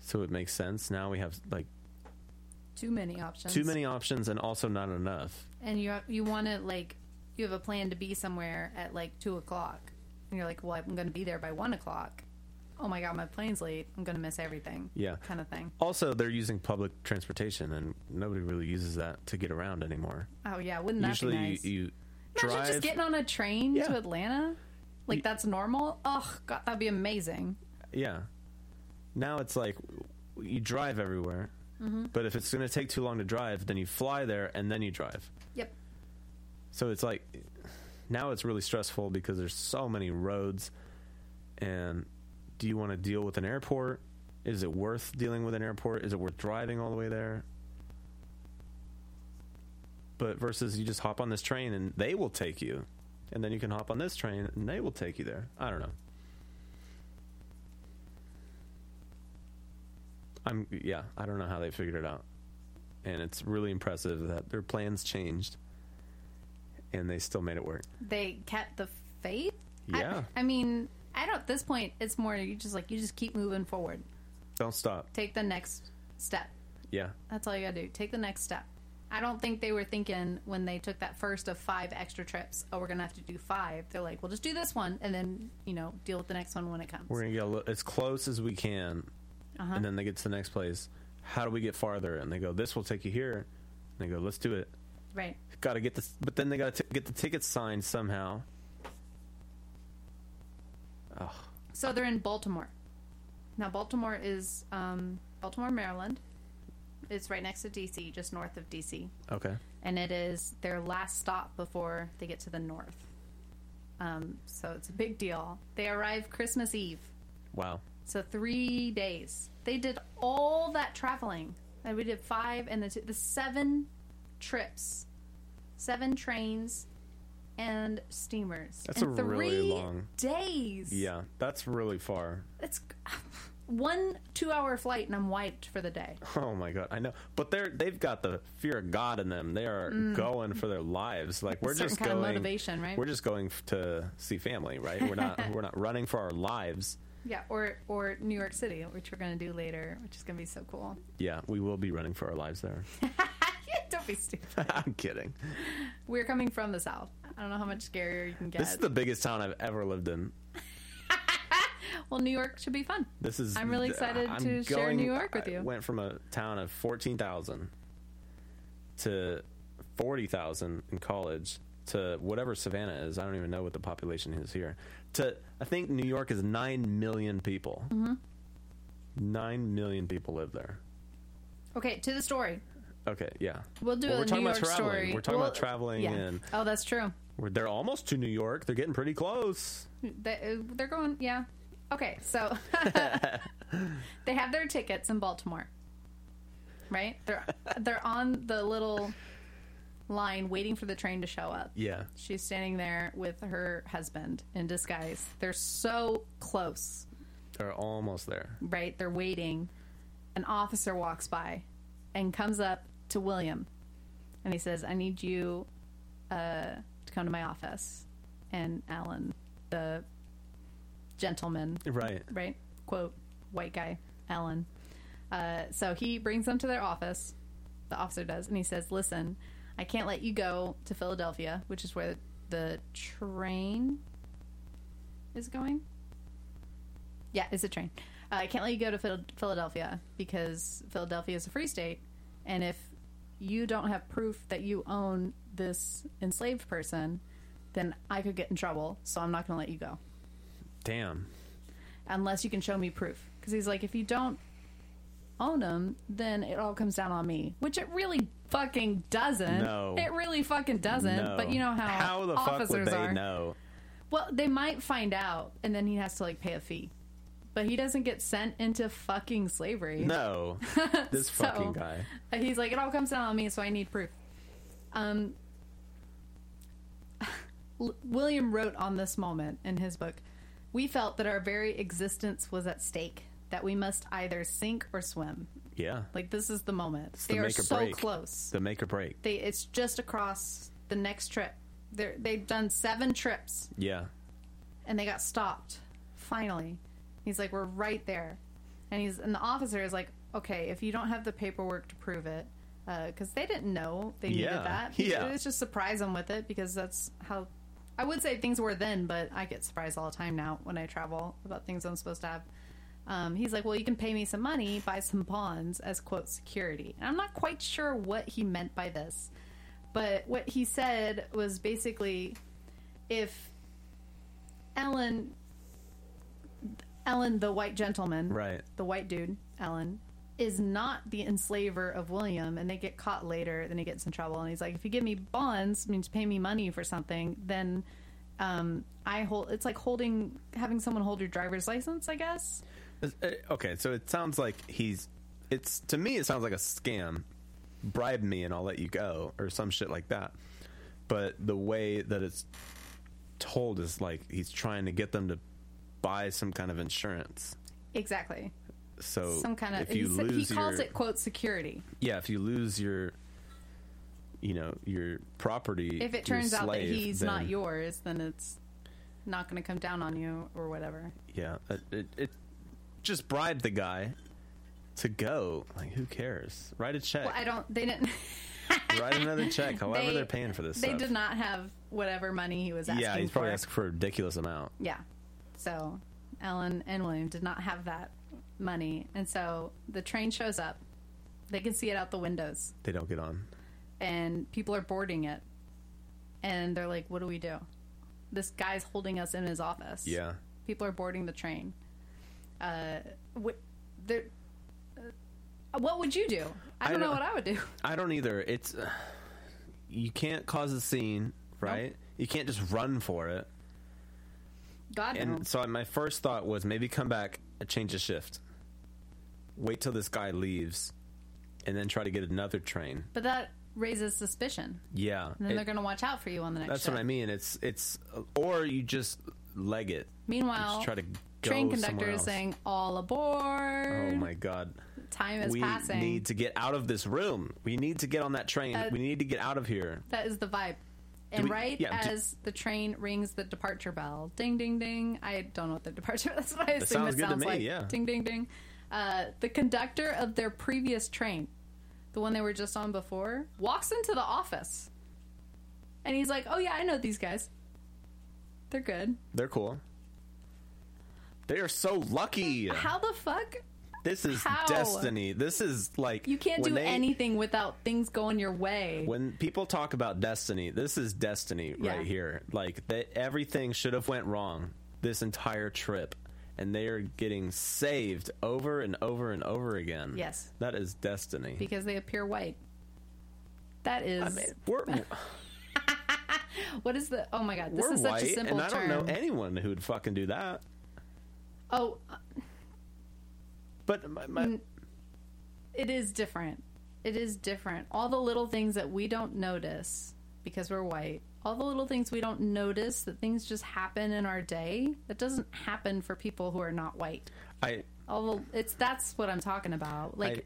So it makes sense. Now we have like
Too many options.
too many options and also not enough.
and you you want to like you have a plan to be somewhere at like two o'clock, and you're like, well, I'm going to be there by one o'clock. Oh my god, my plane's late. I'm going to miss everything.
Yeah.
kind of thing.
Also, they're using public transportation and nobody really uses that to get around anymore.
Oh yeah, wouldn't that
Usually
be nice?
you, you
Imagine
drive
just getting on a train
Yeah.
to Atlanta. Like
You-
that's normal. Oh god, that'd be amazing.
Yeah. Now it's like you drive everywhere. But if it's going to take too long to drive, then you fly there and then you drive.
Yep.
So it's like now it's really stressful because there's so many roads and do you want to deal with an airport? Is it worth dealing with an airport? Is it worth driving all the way there? But versus you just hop on this train and they will take you. And then you can hop on this train and they will take you there. I don't know. I'm yeah, I don't know how they figured it out. And it's really impressive that their plans changed and they still made it work.
They kept the faith. I-
Yeah.
I, mean, I don't. At this point, it's more you just like you just keep moving forward.
Don't stop.
Take the next step.
Yeah.
That's all you gotta do. Take the next step. I don't think they were thinking when they took that first of five extra trips. Oh, we're gonna have to do five. They're like, we'll just do this one, and then you know deal with the next one when it comes.
We're going to get a li- as close as we can.
Uh-huh.
And then they get to the next place. How do we get farther? And they go, this will take you here. And they go, let's do it.
right.
Got to get this. But then they got to get the tickets signed somehow.
So they're in Baltimore. Now Baltimore is um, Baltimore, Maryland. It's right next to DC, just north of DC,
Okay.
and it is their last stop before they get to the north. Um, so it's a big deal. They arrive Christmas Eve,
Wow.
so three days. They did all that traveling. And we did five and the, two, the seven trips, seven trains, and steamers.
That's
in
a really
three
long-
days.
Yeah. That's really far.
It's one two hour flight and I'm wiped for the day.
Oh my god, I know, but they're they've got the fear of God in them. They are going for their lives. Like we're
Mm. certain
just
kind of
going
motivation, right?
We're just going f- to see family, right? We're not we're not running for our lives.
Yeah, or or New York City, which we're gonna do later, which is gonna be so cool.
Yeah, we will be running for our lives there.
Don't be stupid.
I'm kidding.
We're coming from the south. I don't know how much scarier you can get.
This is the biggest town I've ever lived in.
well, New York should be fun.
This is.
I'm really excited to share New York with
I
you.
went from a town of fourteen thousand to forty thousand in college to whatever Savannah is. I don't even know what the population is here. To I think New York is nine million people.
Mm-hmm.
Nine million people live there.
Okay, to the story.
Okay, yeah.
We'll do
Well,
a
we're talking
New
about
York
traveling.
story.
We're talking
Well,
about traveling,
yeah.
and
oh, that's true.
we're, they're almost to New York. They're getting pretty close.
They, uh, they're going. Yeah. Okay, so they have their tickets in Baltimore, right? They're they're on the little line waiting for the train to show up.
Yeah,
She's standing there with her husband in disguise. They're so close,
they're almost there.
right? They're waiting. An officer walks by and comes up to William and he says, I need you uh, to come to my office. And Alan, the gentleman,
Right.
right? Quote, white guy, Alan. Uh, so he brings them to their office. The officer does, and he says, "Listen, I can't let you go to Philadelphia, which is where the train is going. Yeah, it's a train. Uh, I can't let you go to Phil- Philadelphia because Philadelphia is a free state, and if you don't have proof that you own this enslaved person, then I could get in trouble. So I'm not going to let you go."
Damn.
unless you can show me proof. Because he's like, if you don't own them, then it all comes down on me, which it really fucking doesn't.
No.
It really fucking doesn't.
No.
But you know how
how the fuck
officers
would they
are.
know?
Well, they might find out, and then he has to like pay a fee. But he doesn't get sent into fucking slavery.
No, this
So-
fucking guy.
Uh, He's like, it all comes down on me, so I need proof. Um, L- William wrote on this moment in his book We felt that our very existence was at stake, that we must either sink or swim.
Yeah,
Like, this is the moment.
the
they are
make or
so
break.
close.
the make or break.
They, it's just across the next trip. They're, they've done seven trips
Yeah,
and they got stopped finally he's like we're right there and he's and the officer is like okay if you don't have the paperwork to prove it because they didn't know they needed
Yeah.
that
Yeah.
it was just surprise them with it because that's how i would say things were then but i get surprised all the time now when i travel about things i'm supposed to have um, he's like well you can pay me some money buy some bonds as quote security and i'm not quite sure what he meant by this but what he said was basically if Ellen, Ellen, the white gentleman,
right.
the white dude, Ellen, is not the enslaver of William, and they get caught later. Then he gets in trouble, and he's like, "If you give me bonds, means pay me money for something, then um, I hold." It's like holding, having someone hold your driver's license, I guess.
Is- uh, Okay, so it sounds like he's. It's to me, it sounds like a scam. Bribe me and I'll let you go, or some shit like that. But the way that it's told is like he's trying to get them to buy some kind of insurance.
Exactly.
So
Some kind of.
Oh, if you
he, said- he
lose
calls
your,
it quote security.
yeah, if you lose your, you know, your property.
If
your
it turns out that
slave,
he's not
then-
yours, then it's not going to come down on you or whatever.
Yeah, it, it, it just bribe the guy to go. Like, who cares? Write a check.
Well, I don't. They didn't.
Write another check. However,
They-
Oh, they, are paying for this.
They
stuff.
did not have whatever money he was asking
Yeah, he's probably
for.
asking for a ridiculous amount.
Yeah. So Ellen and William did not have that money. And so the train shows up. They can see it out the windows,
They don't get on.
and people are boarding it. And they're like, what do we do? This guy's holding us in his office.
Yeah,
People are boarding the train. Uh, what, they're, uh, what would you do? I
I
don't know
don't-
what I would do.
I don't either. It's uh, you can't cause a scene, right? You can't just run for it.
God
And
knows.
so my first thought was maybe come back, change the shift, wait till this guy leaves, and then try to get another train.
But that raises suspicion.
Yeah,
And then
it-
they're going to watch out for you on the next
that's
ship.
what I mean. It's it's or you just leg it. You
Meanwhile,
just try to go
train
somewhere
conductor is
else.
saying, all aboard.
"Oh my god."
Time is
we
passing.
need to get out of this room. We need to get on that train.
Uh,
we need to get out of here.
That is the vibe. And
we-
right
yeah, do-
as the train rings the departure bell, ding ding ding. I don't know what the departure. That's what I assume
sounds
it
good to
sounds
me,
like.
yeah.
Ding ding ding. Uh, the conductor of their previous train, the one they were just on before, walks into the office, and he's like, "Oh yeah, I know these guys. They're good.
They're cool. They are so lucky.
How the fuck
this is
how?
destiny. This is like
you can't
when
do
they-
anything without things going your way?
When people talk about destiny, this is destiny
Yeah.
right here. Like that, everything should have went wrong this entire trip, and they are getting saved over and over and over again.
Yes.
that is destiny.
because they appear white. That is
I mean, we're
what is the? Oh my god, this
we're
is such a
white,
simple
and I don't
term.
know anyone who'd fucking do that.
Oh,
But my, my,
it is different. It is different. All the little things that we don't notice because we're white, all the little things we don't notice that things just happen in our day, that doesn't happen for people who are not white.
I
All the, it's that's what I'm talking about. Like
I-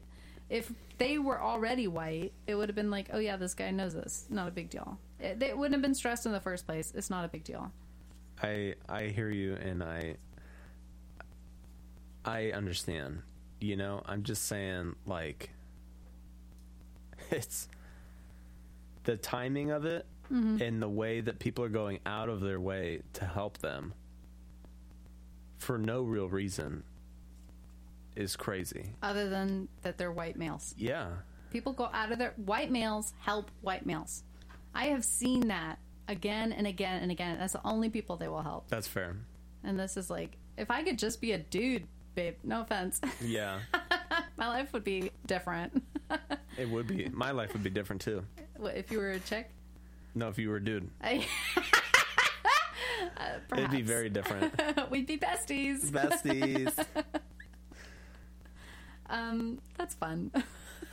if they were already white, it would have been like, "Oh yeah, this guy knows us. Not a big deal." It, they wouldn't have been stressed in the first place. It's not a big deal.
I I hear you and I I understand. You know, I'm just saying like it's the timing of it
Mm-hmm.
and the way that people are going out of their way to help them for no real reason is crazy.
Other than that they're white males.
Yeah.
People go out of their white males help white males. I have seen that again and again and again. That's the only people they will help.
That's fair.
And this is like, if I could just be a dude, babe, no offense,
Yeah.
my life would be different.
It would be. My life would be different too.
What, if you were a chick?
No, if you were a dude,
I... Uh,
it'd be
perhaps.
very different.
We'd be besties.
Besties.
Um, that's fun.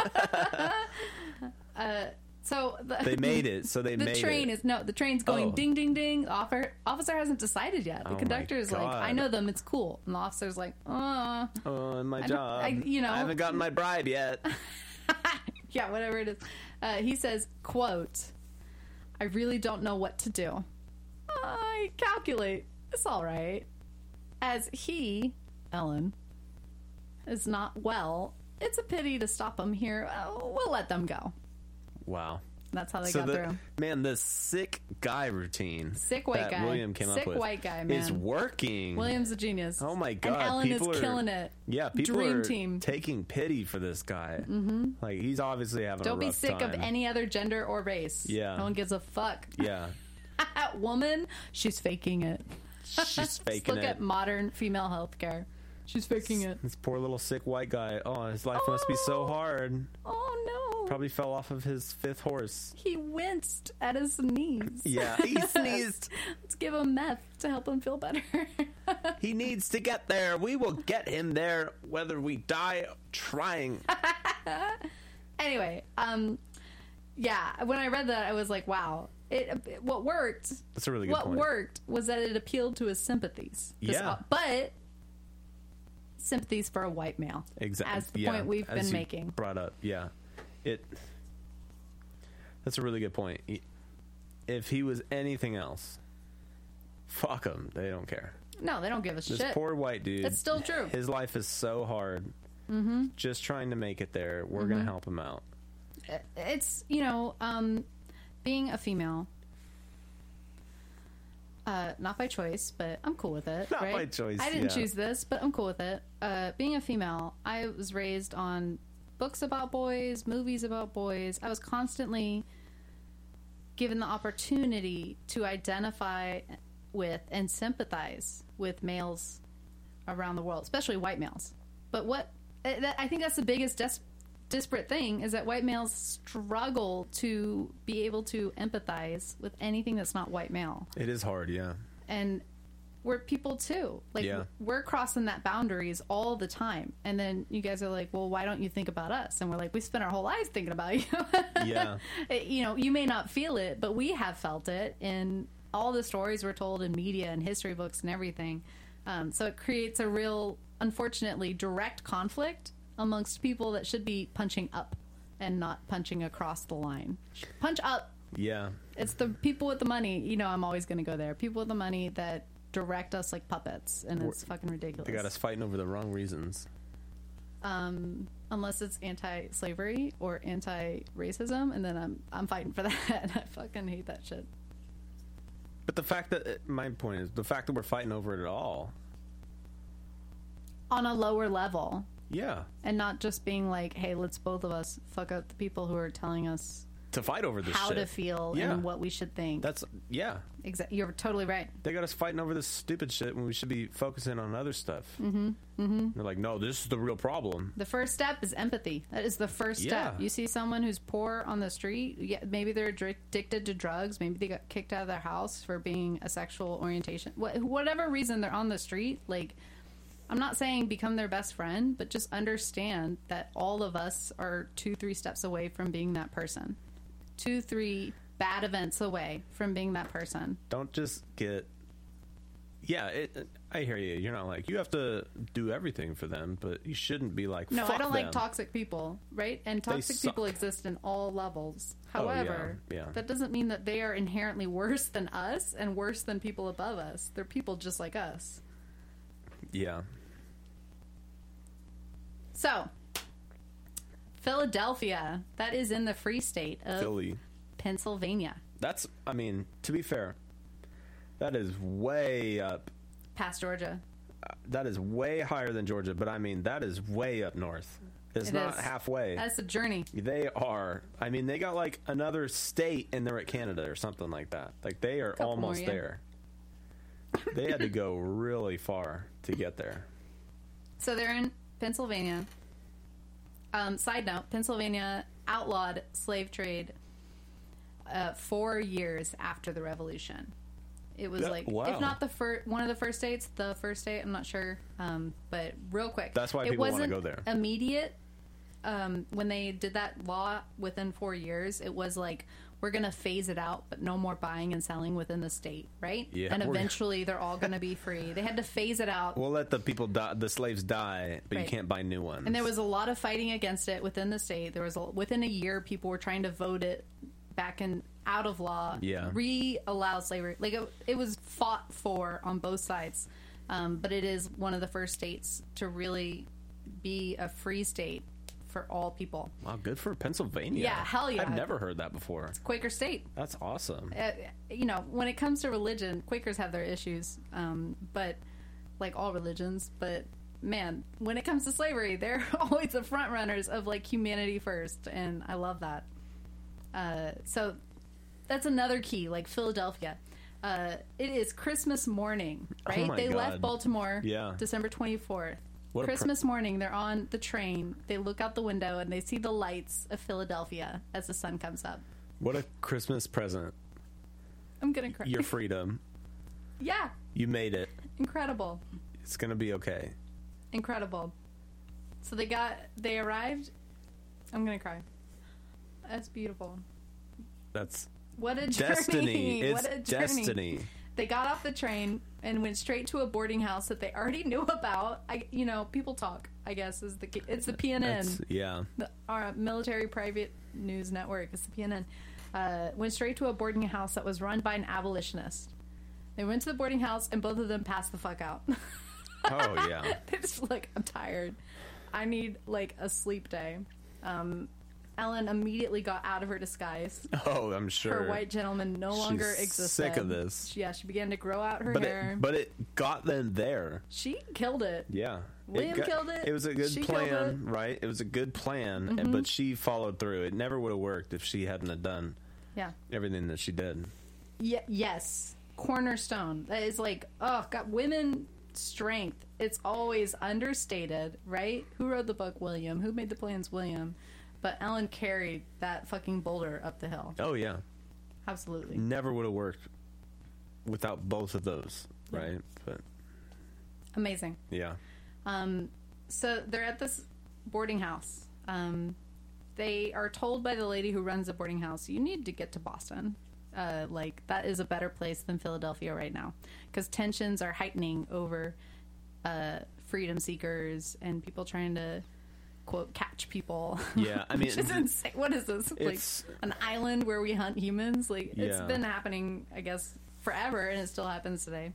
uh, so the,
They made it, so they
the
made
train
it.
is no. The train's going
Oh.
ding ding ding. The offer, officer hasn't decided yet. The
Oh my
conductor is like,
God.
I know them. It's cool. And the officer's like, uh
oh, and my
don't-
job.
I- you know.
I haven't gotten my bribe yet.
yeah, whatever it is. Uh, he says, quote, I really don't know what to do. I calculate. It's all right. As he, Ellen, is not well, it's a pity to stop him here. Uh, we'll let them go.
Wow.
That's how they got
the
through.
man, the sick guy routine,
Sick white
that
guy.
William came
Sick
up with,
white guy,
is
man.
working.
William's a genius.
Oh my
And
God,
Ellen
people
is
are-
killing it.
Yeah, people
Dream
are
team.
taking pity for this guy. Mm-hmm. Like he's obviously having. a
Don't be
rough
sick of
time.
any other gender or race.
Yeah.
No one gives a fuck.
Yeah,
Woman, she's faking it.
she's
Let's
faking
look
it.
at modern female healthcare.
She's faking it.
this poor little sick white guy. Oh, his life must be so
Oh.
hard.
Oh no.
Probably fell off of his fifth horse.
He winced at his knees.
Yeah, he sneezed.
Let's give him meth to help him feel better.
He needs to get there. We will get him there, whether we die trying.
anyway, um, yeah, when I read that, I was like, wow. It, what worked,
That's a really good
what
point.
worked was that it appealed to his sympathies. This-
Yeah.
But sympathies for a white male.
Exactly.
As the point we've been making.
Brought up, yeah. It. That's a really good point. He- If he was anything else, fuck him. They don't care.
No, they don't give a
This
shit.
poor white dude.
It's still true. Mm-hmm.
His life is so hard. Just trying to make it there. We're gonna help him out.
it's you know um being a female uh not by choice but i'm cool with it
Not
right?
by choice,
i didn't
yeah.
choose this but i'm cool with it uh being a female i was raised on books about boys movies about boys i was constantly given the opportunity to identify with and sympathize with males around the world, especially white males. But what eh, that, I think that's the biggest des- disparate thing is that white males struggle to be able to empathize with anything that's not white male,
It is hard. Yeah.
and we're people too. Like
Yeah.
we're crossing that boundaries all the time, and then you guys are like, "Well, why don't you think about us?" And we're like, "We spent our whole lives thinking about you."
Yeah.
it- Uh, you know, you may not feel it, but we have felt it in all the stories we're told in media and history books and everything. Um, so it creates a real, unfortunately, direct conflict amongst people that should be punching up and not punching across the line. Punch up.
yeah.
It's the people with the money. You know, I'm always going to go there. People with the money that direct us like puppets, and it's fucking ridiculous.
They got us fighting over the wrong reasons.
um, unless it's anti-slavery or anti-racism, and then I'm I'm fighting for that. I fucking hate that shit.
But the fact that uh, my point is the fact that we're fighting over it at all.
On a lower level,
Yeah.
and not just being like, "Hey, let's both of us fuck up the people who are telling us
To fight over this
how
shit.
to feel
Yeah.
and what we should think."
That's yeah.
Exa- you're totally right.
They got us fighting over this stupid shit when we should be focusing on other stuff. Mm-hmm. Mm-hmm. They're like, no, this is the real problem.
The first step is empathy. That is the first step.
Yeah.
You see someone who's poor on the street, yeah, maybe they're addic- addicted to drugs, maybe they got kicked out of their house for being a sexual orientation. Wha- whatever reason they're on the street, like I'm not saying become their best friend, but just understand that all of us are 2-3 steps away from being that person. 2-3 bad events away from being that person.
Don't just get. Yeah, it, I hear you. You're not like you have to do everything for them, but you shouldn't be like.
No,
Fuck
I don't
them."
like toxic people, right? And toxic people
suck.
exist in all levels.
Oh, yeah,
However,
yeah.
that doesn't mean that they are inherently worse than us and worse than people above us. They're people just like us.
Yeah,
So, Philadelphia, that is in the free state of
Philly.
Pennsylvania,
That's. I mean, to be fair, that is way up.
past Georgia.
That is way higher than Georgia, but I mean that is way up north. It's
It
not
is.
halfway.
That's a journey.
They are. I mean, they got like another state and they're at Canada or something like that. Like they are
Couple more,
almost
yeah.
there. they had to go really far to get there.
So they're in Pennsylvania. Um, side note, Pennsylvania outlawed slave trade uh, four years after the revolution. It was
Yeah,
like,
wow.
if not the first, one of the first states, the first state. I'm not sure, um, but real quick,
That's why
it
people wanna
wasn't
go there.
Immediate. Um, when they did that law within four years, it was like we're gonna phase it out, but no more buying and selling within the state, right?
Yeah,
and
we're-
eventually they're all gonna be free. They had to phase it out.
We'll let the people die, the slaves die, but
Right.
you can't buy new ones.
And there was a lot of fighting against it within the state. There was a, within a year, people were trying to vote it back in out of law.
Yeah.
re-allow slavery. Like it, it was fought for on both sides, um, but it is one of the first states to really be a free state for all people.
wow, good for Pennsylvania.
Yeah, hell yeah.
I've never heard that before.
Quaker state.
That's awesome.
Uh, you know, when it comes to religion, Quakers have their issues, um, but like all religions, but man, when it comes to slavery, they're always the front runners of like humanity first, and I love that. Uh, so that's another key, like Philadelphia. Uh, it is Christmas morning, right?
Oh my
they left
God.
Baltimore
Yeah.
December 24th.
What a pr-
Christmas morning, they're on the train. They look out the window and they see the lights of Philadelphia as the sun comes up.
What a Christmas present.
I'm gonna cry.
Your freedom.
yeah,
You made it.
incredible.
It's going to be okay.
Incredible. So they got they arrived. I'm gonna cry. That's beautiful.
That's
What a journey.
destiny. It's
what a journey.
destiny.
They got off the train and went straight to a boarding house that they already knew about. I, you know, people talk. I guess is the key- it's the
That's,
PNN,
yeah.
the, our military private news network. It's the PNN. Uh, went straight to a boarding house that was run by an abolitionist. They went to the boarding house and both of them passed the fuck out.
Oh, yeah.
they just were like I'm tired. I need like a sleep day. Um, Ellen immediately got out of her disguise.
Oh, I'm sure.
Her white gentleman no longer
She's
existed.
sick of this.
Yeah, she began to grow out her
but
hair.
it, but it got them there.
she killed it.
Yeah.
William
got-
killed it.
It was a good
She killed Mm-hmm.
plan, right? It was a good plan, and, but she followed through. It never would have worked if she hadn't have done
Yeah.
everything that she did.
Ye- yes. Cornerstone. That is like, oh, God, women strength. It's always understated, right? Who wrote the book? William. Who made the plans? William. But Ellen carried that fucking boulder up the hill.
Oh yeah,
Absolutely.
never would have worked without both of those, right? But
Amazing.
yeah,
Um, so they're at this boarding house. Um, they are told by the lady who runs the boarding house, you need to get to Boston. Uh, like, that is a better place than Philadelphia right now because tensions are heightening over uh, freedom seekers and people trying to, quote, catch people.
yeah. I mean,
Which is insane. What is this?
It's-
like an island where we hunt humans? Like, it's
Yeah.
been happening, I guess, forever and it still happens today.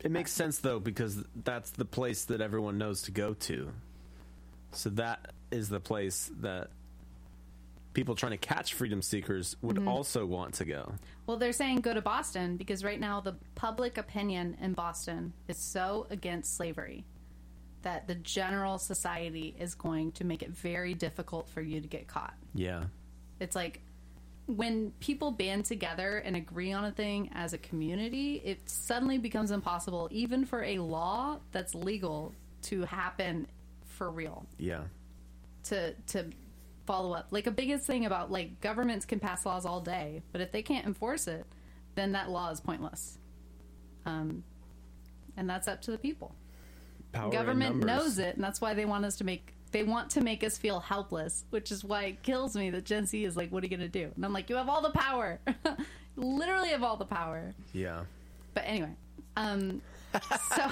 it makes sense though because that's the place that everyone knows to go to. So that is the place that people trying to catch freedom seekers would
Mm-hmm.
also want to go.
Well, they're saying go to Boston because right now the public opinion in Boston is so against slavery that the general society is going to make it very difficult for you to get caught.
Yeah.
It's like when people band together and agree on a thing as a community, it suddenly becomes impossible, even for a law that's legal, to happen for real
Yeah.
to to follow up. Like a biggest thing about like governments can pass laws all day, but if they can't enforce it, then that law is pointless. Um, and that's up to the people.
Power in
Government
numbers.
knows it, and that's why they want us to make they want to make us feel helpless, which is why it kills me that Gen Z is like, "What are you gonna do?" And I'm like, "You have all the power, literally have all the power."
Yeah.
But anyway, um, so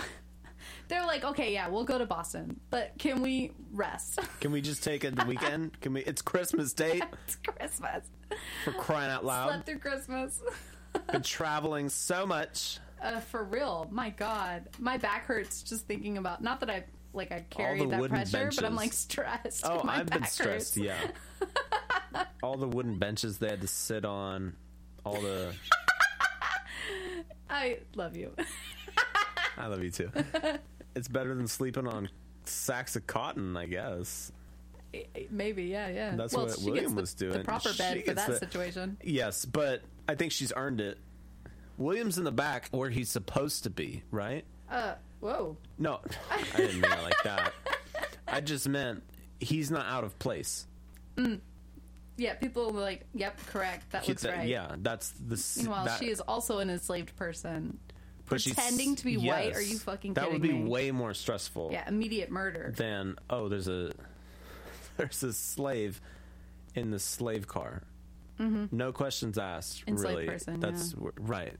they're like, "Okay, yeah, we'll go to Boston, but can we rest?"
Can we just take it the weekend? Can we? It's Christmas date
it's Christmas.
for crying out
Slept
loud.
through Christmas.
Been traveling so much.
uh, for real. My God. My back hurts just thinking about not that I like I carried that
wooden
pressure, but I'm
benches.
like stressed.
Oh,
My
I've been
back hurts.
stressed. Yeah. all the wooden benches they had to sit on. All the.
I love you.
I love you too. It's better than sleeping on sacks of cotton, I guess.
Maybe, yeah, yeah.
That's
well,
what
she
William
gets the,
was doing.
The proper
She
bed for
gets
that
the-
situation.
Yes, but I think she's earned it. William's in the back where he's supposed to be, right?
Uh, whoa.
No, I didn't mean it like that. I just meant he's not out of place.
yeah, people were like, "Yep, correct. That
She-
looks
that-
right."
Yeah, that's the. s-
Meanwhile,
that,
she is also an enslaved person.
but she's-
pretending to be white, are you fucking
That would be
kidding me?
way more stressful.
Yeah, immediate murder.
Than oh, there's a there's a slave in the slave car. Mm-hmm. No questions asked.
Enslaved
really,
person,
that's wh- right.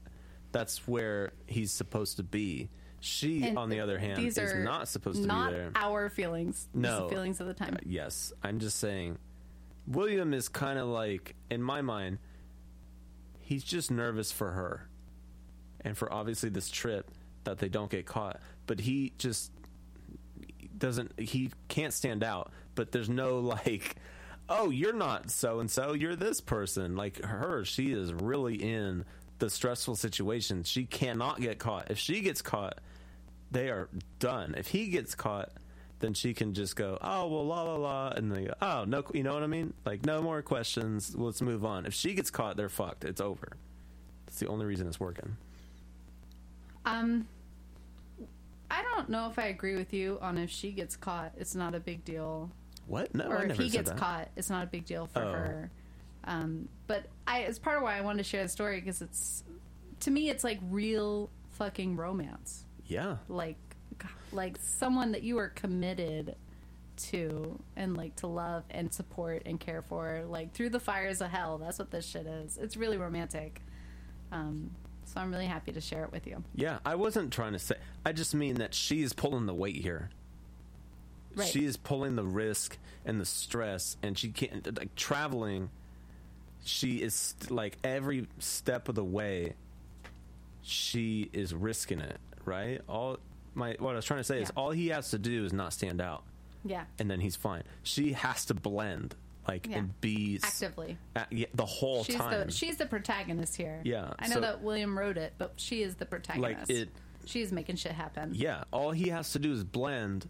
That's where he's supposed to be. She,
And
on the other hand,
these
is
are
not supposed to
not
be there.
our feelings. These are
No.
feelings of the time.
Uh, Yes, I'm just saying. William is kind of like, in my mind, he's just nervous for her, and for obviously this trip that they don't get caught. But he just doesn't. He can't stand out. But there's no like, oh, you're not so and so. You're this person. Like her, she is really in the stressful situation. She cannot get caught. If she gets caught, they are done. If he gets caught, then she can just go, oh well, la la la, and they go, oh no, you know what I mean? Like no more questions. Let's move on. If she gets caught, they're fucked. It's over. That's the only reason it's working.
Um, I don't know if I agree with you on if she gets caught, it's not a big deal,
What? No,
or
Oh, I
if
never
he
said
gets
that.
caught, it's not a big deal for
Oh.
her. Um, but I, it's part of why I wanted to share the story because it's, to me, it's like real fucking romance,
Yeah,
like, God, like someone that you are committed to and like to love and support and care for, like through the fires of hell. That's what this shit is. It's really romantic. Um, so I'm really happy to share it with you.
yeah. I wasn't trying to say. I just mean that she is pulling the weight here.
Right.
She is pulling the risk and the stress, and she can't like traveling. She is like every step of the way. She is risking it, right? All my what I was trying to say is
Yeah.
all he has to do is not stand out,
Yeah.
and then he's fine. She has to blend, like
Yeah.
and be s-
Actively.
a- yeah, the whole
she's
time.
the she's the protagonist here.
Yeah,
I know
so-
that William wrote it, but she is the protagonist.
it-
she's making shit happen.
Yeah, all he has to do is blend,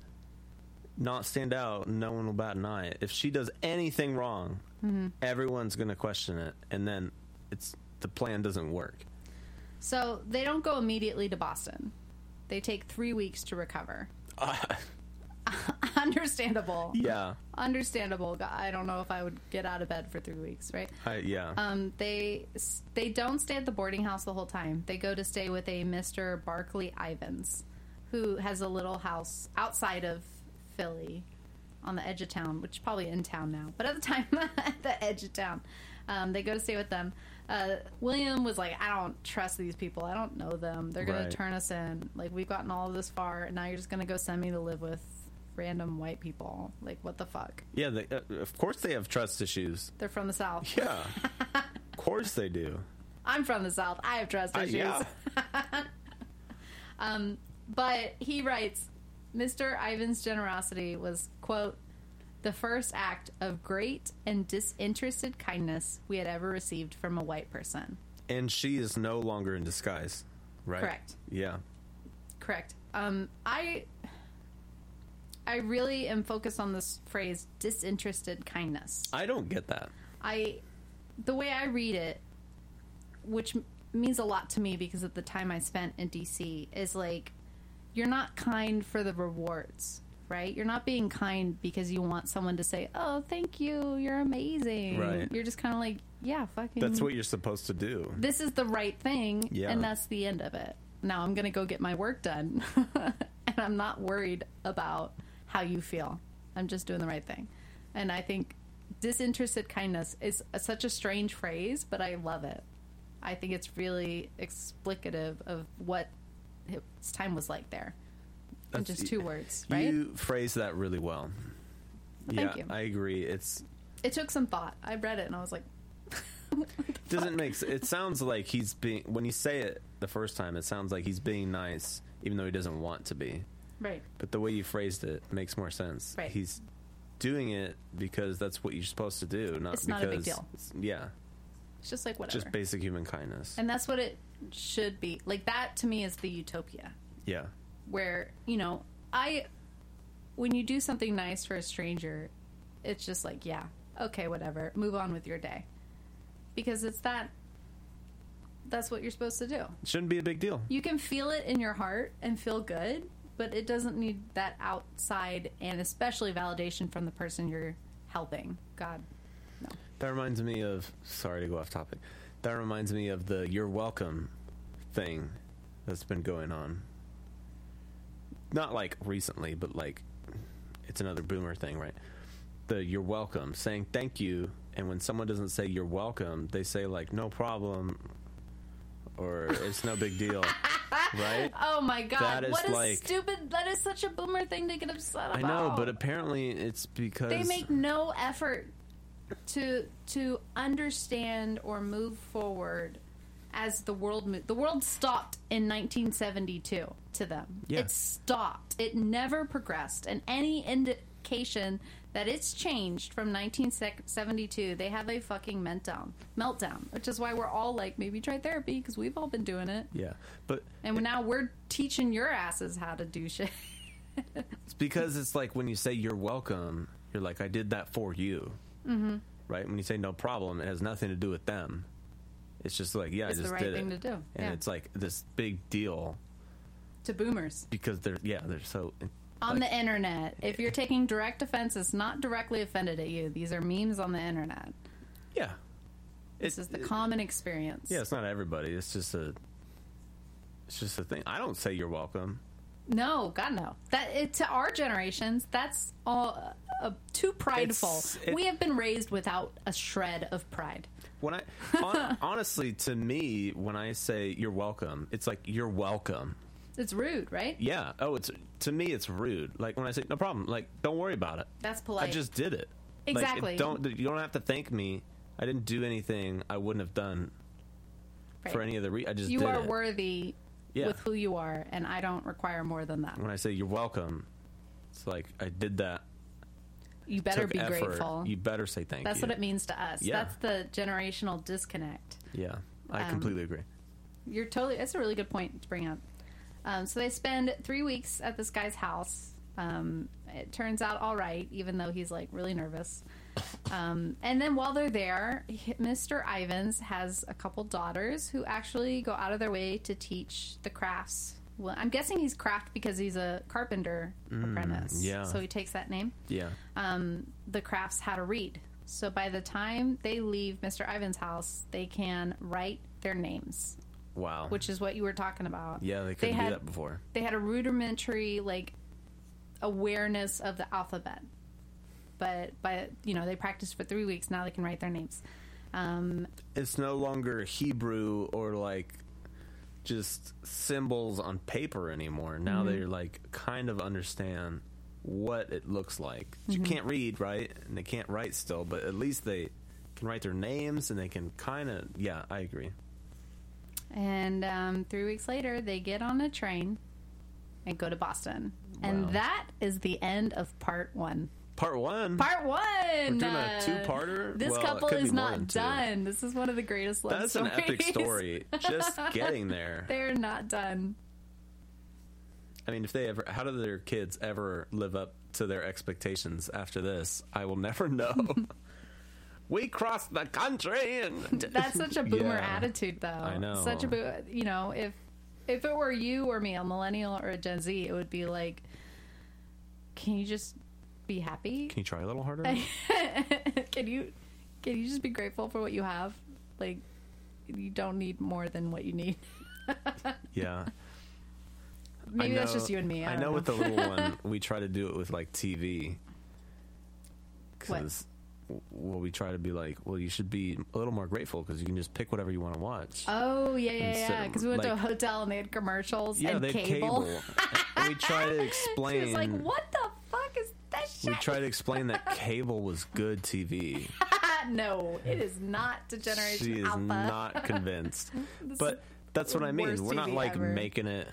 not stand out. No one will bat an eye. If she does anything wrong,
Mm-hmm.
everyone's going to question it, and then it's the plan doesn't work.
So they don't go immediately to Boston. They take three weeks to recover. Understandable.
Yeah,
Understandable. God, I don't know if I would get out of bed for three weeks, right?
I, yeah,
Um, they they don't stay at the boarding house the whole time. They go to stay with a Mister Barclay Ivans, who has a little house outside of Philly, on the edge of town, which is probably in town now, but at the time at the edge of town. Um, they go to stay with them. Uh, William was like, "I don't trust these people. I don't know them. They're gonna
Right.
turn us in. Like we've gotten all this far, and now you're just gonna go send me to live with random white people. Like what the fuck?
yeah. They, uh, of course they have trust issues.
They're from the south.
Yeah, of course they do.
I'm from the south. I have trust
Uh,
issues."
yeah,
But he writes, Mr. Ivan's generosity was, quote, the first act of great and disinterested kindness we had ever received from a white person.
and she is no longer in disguise, right?
Correct.
Yeah,
Correct. Um, I I really am focused on this phrase disinterested kindness.
I don't get that.
I the way I read it, which m- means a lot to me because of the time I spent in DC, is like you're not kind for the rewards, right? You're not being kind because you want someone to say, "Oh, thank you, you're amazing."
Right.
You're just kind of like, "Yeah, fucking."
That's what you're supposed to do.
this is the right thing,
Yeah.
and that's the end of it. Now I'm gonna go get my work done, and I'm not worried about how you feel. I'm just doing the right thing, and I think disinterested kindness is a- such a strange phrase, but I love it. I think it's really explicative of what his time was like there. In
That's-
just two words, right?
You phrase that really well.
Thank
yeah,
you.
I agree. It's
It took some thought. I read it and I was like,
doesn't make sense. It sounds like he's being when you say it the first time. It sounds like he's being nice, even though he doesn't want to be.
right,
But the way you phrased it makes more sense.
Right.
He's doing it because that's what you're supposed to do. Not
It's
because,
not a big deal.
it's- Yeah,
it's just like whatever.
just basic human kindness.
and that's what it should be. Like that to me is the utopia.
yeah,
where you know i when you do something nice for a stranger it's just like yeah okay whatever move on with your day because it's that that's what you're supposed to do
shouldn't be a big deal.
you can feel it in your heart and feel good but it doesn't need that outside and especially validation from the person you're helping god
That reminds me of. Sorry to go off topic. That reminds me of the "You're welcome" thing that's been going on. Not like recently, but like it's another boomer thing, right? The "You're welcome" saying thank you, and when someone doesn't say "You're welcome," they say like "No problem" or "It's no big deal," right?
Oh my
That
god!
is
What is
like-
stupid? That is such a boomer thing to get upset about.
I know, but apparently it's because
they make no effort to to understand or move forward as the world moved. The world stopped in 1972 to them.
Yeah.
It stopped. It never progressed, and any indication that it's changed from 1972, they have a fucking meltdown. Meltdown, which is why we're all like, maybe try therapy because we've all been doing it,
yeah, but
and now we're teaching your asses how to do shit.
It's because it's like when you say you're welcome, you're like, I did that for you. Mm-hmm. Right? When you say no problem, it has nothing to do with them. It's just like, yeah,
It's the
I just
right
did
thing
it.
to do.
And
Yeah.
it's like this big deal
to boomers.
because they're, yeah, they're so.
on
like,
the internet. If you're taking direct offense, it's not directly offended at you. These are memes on the internet.
Yeah.
This is the common experience.
Yeah, it's not everybody. It's just a. It's just a thing. I don't say you're welcome.
No, God no. That it, to our generations, that's all uh, uh, too prideful.
It's- it-
we have been raised without a shred of pride.
When I hon- honestly, to me, when I say you're welcome, it's like you're welcome.
It's rude, right?
Yeah. Oh, it's to me, it's rude. Like when I say no problem, like don't worry about it.
That's polite.
I just did it. Like,
Exactly.
it don't you don't have to thank me. I didn't do anything I wouldn't have done
Right.
for any other reason. I just
You
did
are
it.
worthy
Yeah.
with who you are, and I don't require more than that.
When I say you're welcome, it's like I did that.
You better
took
be
effort.
grateful.
You better say thank
that's
you.
what it means to us.
Yeah.
That's the generational disconnect.
Yeah, I
Um,
completely agree.
You're totally. That's a really good point to bring up. Um, so they spend three weeks at this guy's house. Um, it turns out all right, even though he's like really nervous. Um, and then while they're there, he- Mr. Ivans has a couple daughters who actually go out of their way to teach the crafts. Well, I'm guessing he's craft because he's a carpenter apprentice.
yeah.
So he takes that name
Yeah,
um, the crafts how to read. So by the time they leave Mr. Ivan's house, they can write their names,
wow.
which is what you were talking about.
yeah, they
they
couldn't
had
do that before.
they had a rudimentary like awareness of the alphabet, but but you know they practiced for three weeks. Now they can write their names. Um,
It's no longer Hebrew or like just symbols on paper anymore. Now
Mm-hmm.
they're like kind of understand what it looks like. You
Mm-hmm.
can't read, right? And they can't write still, but at least they can write their names and they can kind of yeah, I agree.
and um, three weeks later, they get on a train and go to Boston.
Wow.
And that is the end of part one.
Part 1.
Part one.
doing a
Uh,
two-parter?
This
Well, it
couple
could be
is
more
not
than two.
done. This is one of the greatest love
That's an
stories.
epic story. Just getting there.
They're not done.
I mean, if they ever how do their kids ever live up to their expectations after this? I will never know. we crossed the country and
That's such a boomer
Yeah.
attitude, though. I
know.
Such a boo. You know, if if it were you or me, a millennial or a Gen Z, it would be like, can you just be happy?
Can you try a little harder?
can you can you just be grateful for what you have? Like, you don't need more than what you need.
yeah. I
Maybe that's
know-
just you and me. I,
I,
don't
know with the little one, we try to do it with like TV. Because, well, we try to be like, well, you should be a little more grateful because you can just pick whatever you want to watch.
Oh yeah, yeah,
Instead
yeah.
of,
Because we went to a
like-
hotel and they had commercials and
they have
cable.
and we try to
She
explain.
was like, "What the fuck is that shit?"
We try to explain that cable was good TV.
no, it is not to Generation
she is
Alpha.
not convinced. but that's what I
worst
mean. We're not
TV
like
ever.
making it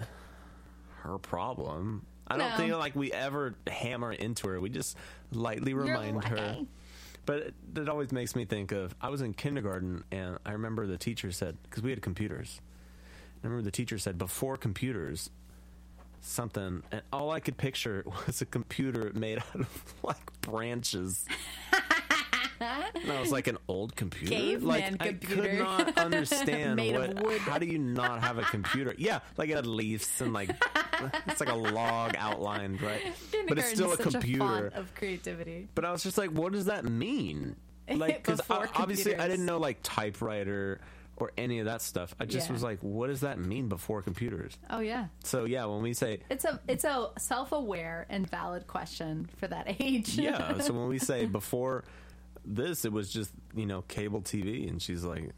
her problem. I don't
No.
think like we ever hammer into her. We just lightly remind her.
lucky.
But it, it always makes me think of I was in kindergarten and I remember the teacher said because we had computers. I remember the teacher said before computers something and all I could picture was a computer made out of like branches. and I was like an old computer.
Caveman
like I could
computer.
not understand
Made of
what
wood.
how do you not have a computer? Yeah, like it had leaves and like it's like a log outlined, right? But it's
Kindergarten's
still a
such font
computer.
of creativity.
But I was just like, what does that mean? like because
before
obviously I
computers.
didn't know like typewriter or any of that stuff. I just
Yeah.
was like, what does that mean before computers?
Oh yeah.
So yeah, when we say
It's a it's a self-aware and valid question for that age.
yeah, so when we say before this, it was just you know cable TV, and she's like,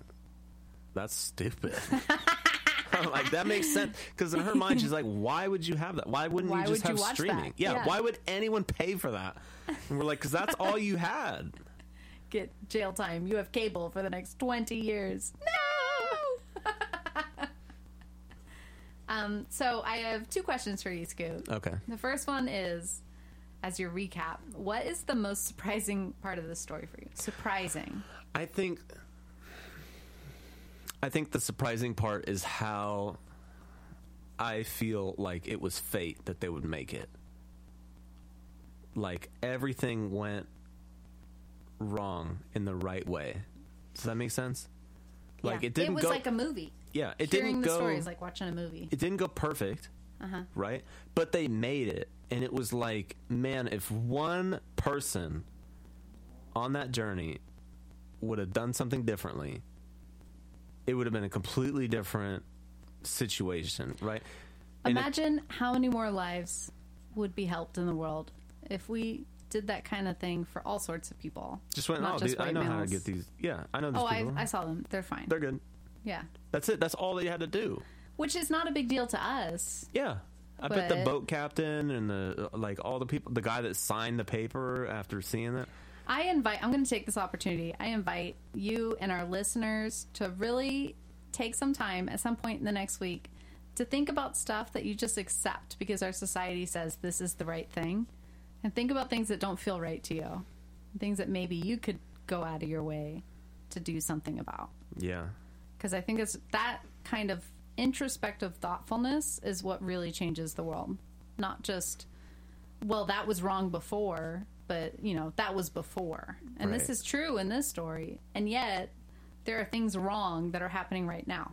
that's stupid. I'm like that makes sense because in her mind she's like, why would you have that? Why wouldn't
Why
you just
would you
have
watch
streaming?
that?
Yeah,
Yeah.
why would anyone pay for that? And we're like, because that's all you had.
Get jail time. You have cable for the next 20 years. No. um so I have two questions for you, Scoot.
Okay.
The first one is as your recap, what is the most surprising part of the story for you? Surprising.
I think I think the surprising part is how I feel like it was fate that they would make it. Like everything went wrong in the right way. Does that make sense? Like
Yeah.
it didn't
was
go
like a movie.
Yeah, it
Hearing
didn't
the
go
story is like watching a movie.
it didn't go perfect,
Uh-huh.
right? But they made it, and it was like, man, if one person on that journey would have done something differently, it would have been a completely different situation, right? And it-
Imagine how many more lives would be helped in the world if we did that kind of thing for all sorts of people.
just went,
not
oh,
just
dude, I
white
know how to
males.
get these. Yeah, I know these
Oh, I,
people.
I saw them. They're fine.
They're good.
yeah.
That's it. That's all they had to do.
Which is not a big deal to us.
Yeah. I bet the
But-
boat captain and the like all the people, the guy that signed the paper after seeing that.
I invite, I'm going to take this opportunity. I invite you and our listeners to really take some time at some point in the next week to think about stuff that you just accept because our society says this is the right thing. And think about things that don't feel right to you, things that maybe you could go out of your way to do something about.
Yeah.
Because I think it's that kind of introspective thoughtfulness is what really changes the world. Not just, well, that was wrong before, but, you know, that was before. And this
Right.
is true in this story. And yet, there are things wrong that are happening right now.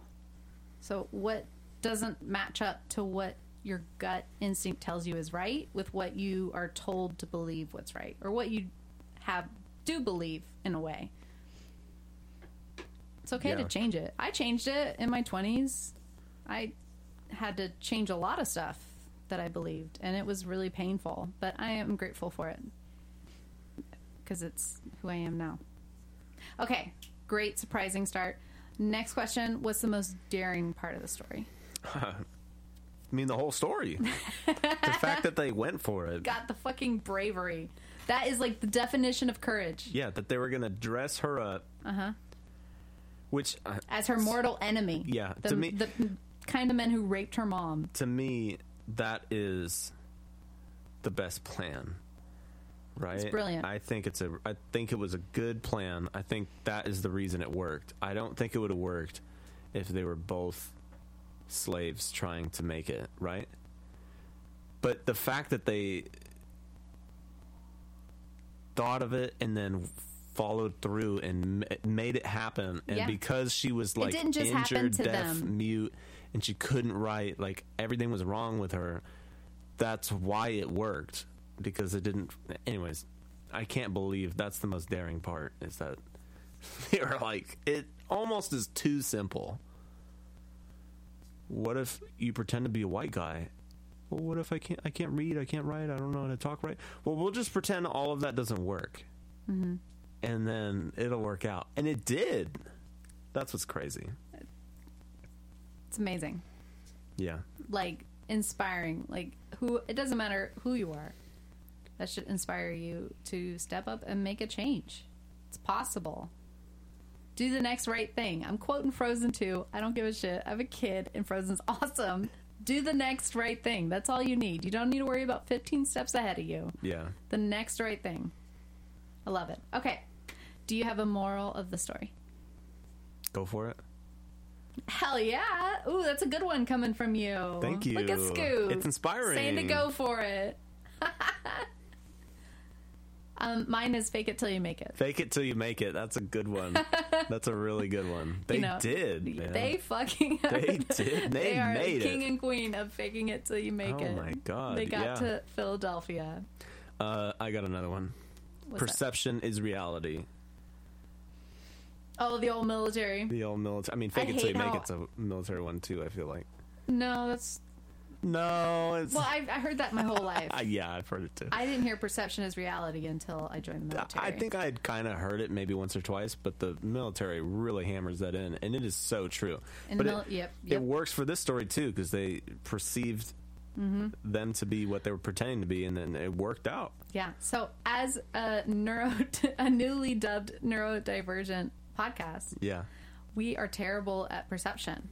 So, what doesn't match up to what your gut instinct tells you is right with what you are told to believe what's right or what you have do believe in a way? It's okay to
Yeah.
change it. I changed it in my 20s. I had to change a lot of stuff that I believed, and it was really painful, but I am grateful for it because it's who I am now. Okay, great, surprising start. Next question What's the most daring part of the story?
I mean, the whole story. the fact that they went for it.
Got the fucking bravery. That is like the definition of courage
Yeah, that they were going to dress her up. Uh huh. Which, uh,
as her mortal enemy.
Yeah,
the,
to me-
the kind of men who raped her mom.
to me, that is the best plan. Right? It's
brilliant.
I think it's a. I think it was a good plan. I think that is the reason it worked. I don't think it would have worked if they were both slaves trying to make it right. But the fact that they thought of it and then followed through and ma- made it happen, and
Yeah.
because she was like
didn't just happen
injured,
to
deaf,
them.
mute, and she couldn't write, like everything was wrong with her. That's why it worked because it didn't. Anyways, I can't believe that's the most daring part is that they were like it almost is too simple. What if you pretend to be a white guy well, what if I can't? I can't read. I can't write. I don't know how to talk right. Well, we'll just pretend all of that doesn't work,
Mm-hmm.
and then it'll work out. And it did. That's what's crazy.
It's amazing.
Yeah,
like inspiring like who it doesn't matter who you are that should inspire you to step up and make a change it's possible do the next right thing i'm quoting frozen 2 i don't give a shit i have a kid and frozen's awesome do the next right thing that's all you need you don't need to worry about 15 steps ahead of you
yeah.
the next right thing i love it okay do you have a moral of the story
Go for it.
Hell yeah! Ooh, that's a good one coming from you.
Thank you.
Look at Scoop.
It's inspiring.
Saying to go for it. um, mine is fake it till you make it.
Fake it till you make it. That's a good one. That's a really good one. They
know,
did. man.
They fucking are-
They did. They
are
made
king
it.
and queen of faking it till you make
Oh
it.
my God,
They got
yeah.
to Philadelphia.
Uh, I got another one.
What's that?
Perception is reality.
Oh, the old military.
The old military. I mean, fake
I
it till you
hate
make
how-
it's a military one too. I feel like.
No, that's
No, it's.
well. I, I heard that my whole life.
Uh, yeah, I've heard it too.
I didn't hear perception is reality until I joined the military.
I think I had kind of heard it maybe once or twice, but the military really hammers that in, and it is so true.
And
but
mil-
it,
yep,
it
yep.
works for this story too because they perceived
Mm-hmm.
them to be what they were pretending to be, and then it worked out.
Yeah. So as a neuro, a newly dubbed neurodivergent podcast,
Yeah,
we are terrible at perception.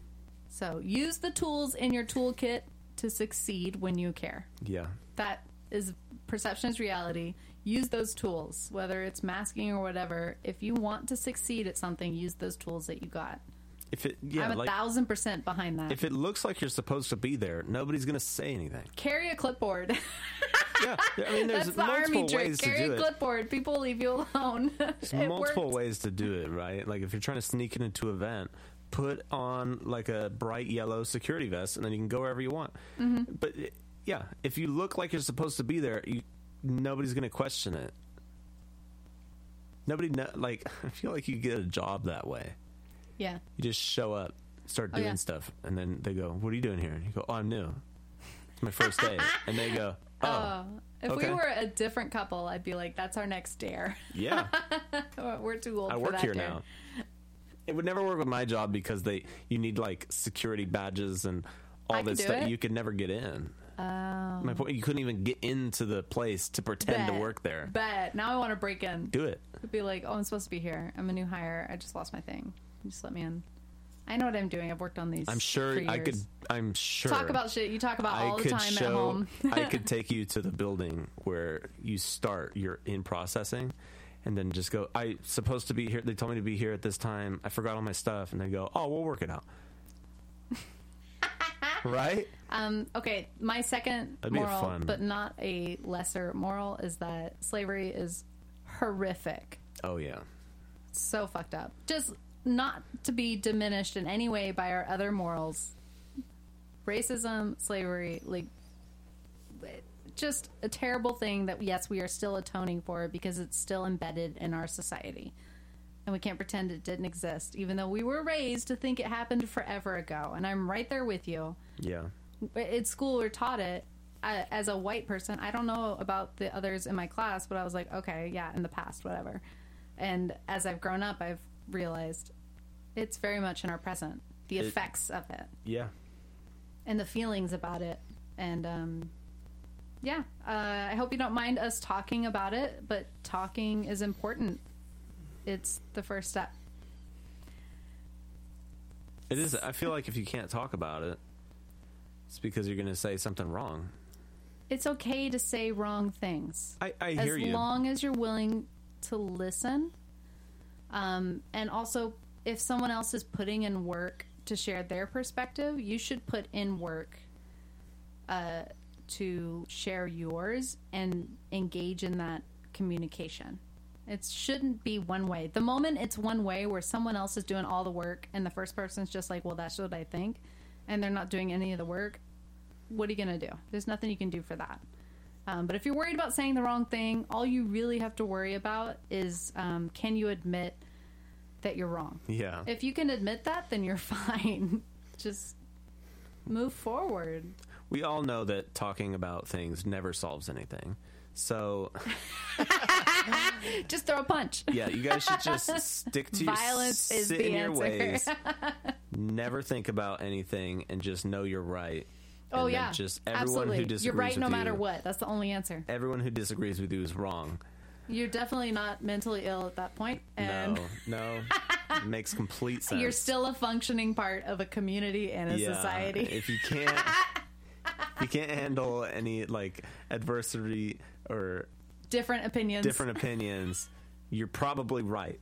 So use the tools in your toolkit to succeed when you care.
yeah,
That is perception is reality. Use those tools, whether it's masking or whatever. If you want to succeed at something, use those tools that you got.
if it yeah
I'm a
like
thousand percent behind that.
if it looks like you're supposed to be there, nobody's gonna say anything.
Carry a clipboard.
Yeah, I mean, there's
That's the
multiple
army trick.
ways to
Carry
do
a
it.
clipboard. People will leave you alone. It
There's multiple
worked.
ways to do it, right? Like if you're trying to sneak in into an event, put on like a bright yellow security vest, and then you can go wherever you want.
Mm-hmm.
But it- yeah, if you look like you're supposed to be there, you, nobody's going to question it. Nobody kno- like I feel like you get a job that way.
Yeah.
You just show up, start
Oh,
doing
yeah.
stuff, and then they go, "What are you doing here?" And you go, "Oh, I'm new. It's my first day." and they go, "Oh,
Uh, If
Okay.
we were a different couple, I'd be like, "That's our next dare.
yeah."
we're too old."
I
for
work
that
here
dare.
now. It would never work with my job because they you need like security badges and all
I can
this
do
stuff.
it.
You could never get in. Oh. My point, you couldn't even get into the place to pretend to
Um, Bet.
work there.
Bet now I want to break in.
Do it.
It'd be like, "Oh, I'm supposed to be here. I'm a new hire. I just lost my thing. You Just let me in. I know what I'm doing. I've worked on these.
I'm
for
sure
years.
I could. I'm sure.
talk about shit you talk about
I
all the
could
time
show.
at home.
I could take you to the building where you start. You're in processing, and then just go. I supposed to be here. They told me to be here at this time. I forgot all my stuff, and they go. Oh, we'll work it out. right.
Um, okay, my 2nd
That'd be a
moral,
fun-
but not a lesser moral, is that slavery is horrific.
Oh yeah.
so fucked up. Just not to be diminished in any way by our other morals. Racism, slavery, like just a terrible thing that yes, we are still atoning for because it's still embedded in our society. And we can't pretend it didn't exist, even though we were raised to think it happened forever ago. And I'm right there with you
Yeah.
at school or taught it uh, as a white person. I don't know about the others in my class, but I was like, okay, yeah, in the past, whatever. And as I've grown up, I've realized it's very much in our present, the effects of it
Yeah.
and the feelings about it. And um, yeah, uh, I hope you don't mind us talking about it, but talking is important. It's the first step.
It is. I feel like if you can't talk about it, it's because you're going to say something wrong.
It's okay to say wrong things.
I, I
as
hear you.
long as you're willing to listen um, and also if someone else is putting in work to share their perspective you should put in work uh, to share yours and engage in that communication it shouldn't be one way the moment it's one way where someone else is doing all the work and the first person's just like well that's what i think and they're not doing any of the work what are you going to do there's nothing you can do for that um, but if you're worried about saying the wrong thing, all you really have to worry about is um, can you admit that you're wrong?
yeah.
If you can admit that, then you're fine. Just move forward.
we all know that talking about things never solves anything. So,
Just throw a punch.
yeah, you guys should just stick to your
Violence is
sit
the
in your
answer.
ways. never think about anything and just know you're right.
Oh,
And then
yeah.
Just everyone
Absolutely.
who disagrees
you're right
with
no matter
you-
what. That's the only answer.
Everyone who disagrees with you is wrong.
You're definitely not mentally ill at that point, And
no, no, makes complete sense.
you're still a functioning part of a community and a society.
If you can't, if you can't handle any like adversity or
Different opinions.
different opinions, you're probably right.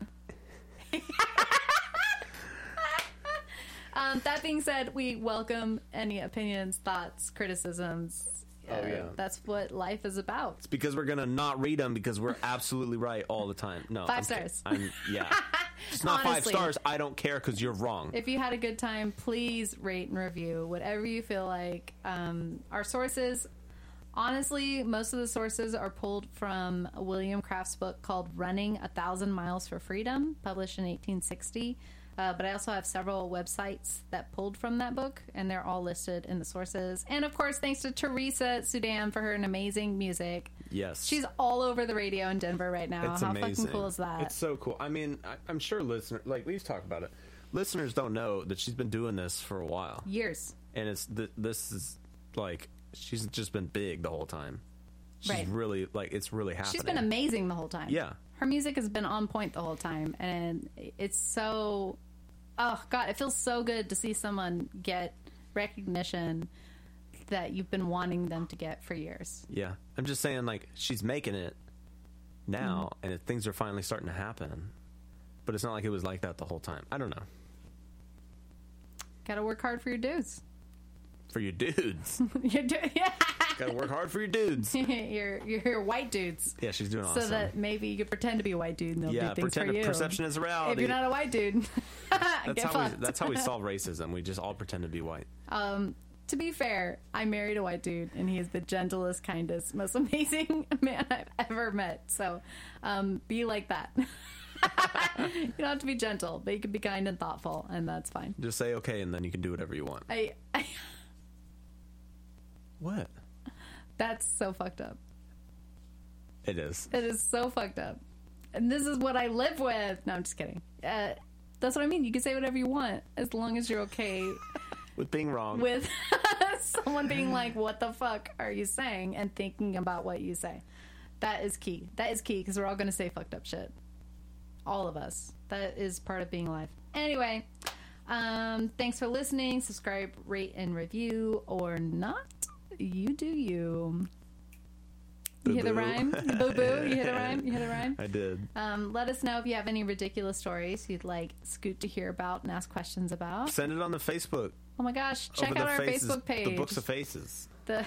Um, that being said, we welcome any opinions, thoughts, criticisms.
Oh,
Uh,
yeah.
that's what life is about.
It's because we're gonna not read them because we're absolutely right all the time. No,
Five
I'm kid-
stars.
I'm yeah. If It's not
Honestly.
five stars. I don't care because you're wrong.
If you had a good time, please rate and review whatever you feel like. Um, our sources Honestly, most of the sources are pulled from William Craft's book called Running a Thousand Miles for Freedom, published in 1860. Uh, but I also have several websites that pulled from that book, and they're all listed in the sources. And of course, thanks to Teresa Sudan for her amazing music.
Yes.
She's all over the radio in Denver right now.
It's
How
amazing.
fucking cool is that?
It's so cool. I mean, I, I'm sure listener like we've talked about it. Listeners don't know that she's been doing this for a while,
Years.
and it's th- this is like she's just been big the whole time. She's
Right.
really like it's really happening.
She's been amazing the whole time.
Yeah.
Her music has been on point the whole time and it's so oh god, it feels so good to see someone get recognition that you've been wanting them to get for years.
yeah, I'm just saying like she's making it now,
Mm-hmm.
and it, things are finally starting to happen. But it's not like it was like that the whole time. I don't know.
Got to work hard for your dudes.
For your dudes,
your, du- yeah.
gotta work hard for your dudes.
your your white dudes.
Yeah, she's doing
so
awesome.
that maybe you could pretend to be a white dude and they'll
yeah,
do things
pretend
for you.
perception is reality.
if you're not a white dude,
That's
get
how
fucked.
we. That's how we solve racism. We just all pretend to be white.
Um, to be fair, I married a white dude, and he is the gentlest, kindest, most amazing man I've ever met. So, um, be like that. you don't have to be gentle, but you can be kind and thoughtful, and that's fine.
Just say okay, and then you can do whatever you want.
I, I
What?
that's so fucked up.
It is.
It is so fucked up, and this is what I live with. No, I'm just kidding. Uh, that's what I mean. You can say whatever you want as long as you're okay
With being wrong.
with someone being like, "What the fuck are you saying?" and thinking about what you say. That is key. That is key because we're all going to say fucked up shit. All of us. That is part of being alive. Anyway, um, thanks for listening. Subscribe, rate, and review, or not. You do you. You hear the
Boo-boo.
rhyme? Boo boo. You hear the rhyme? You hear the rhyme?
I did.
Um, let us know if you have any ridiculous stories you'd like Scoot to hear about and ask questions about.
Send it on the Facebook.
Oh my gosh, check
Over
out
the
our
faces,
Facebook page.
The books of faces.
The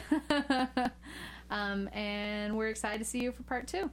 um, and we're excited to see you for part two.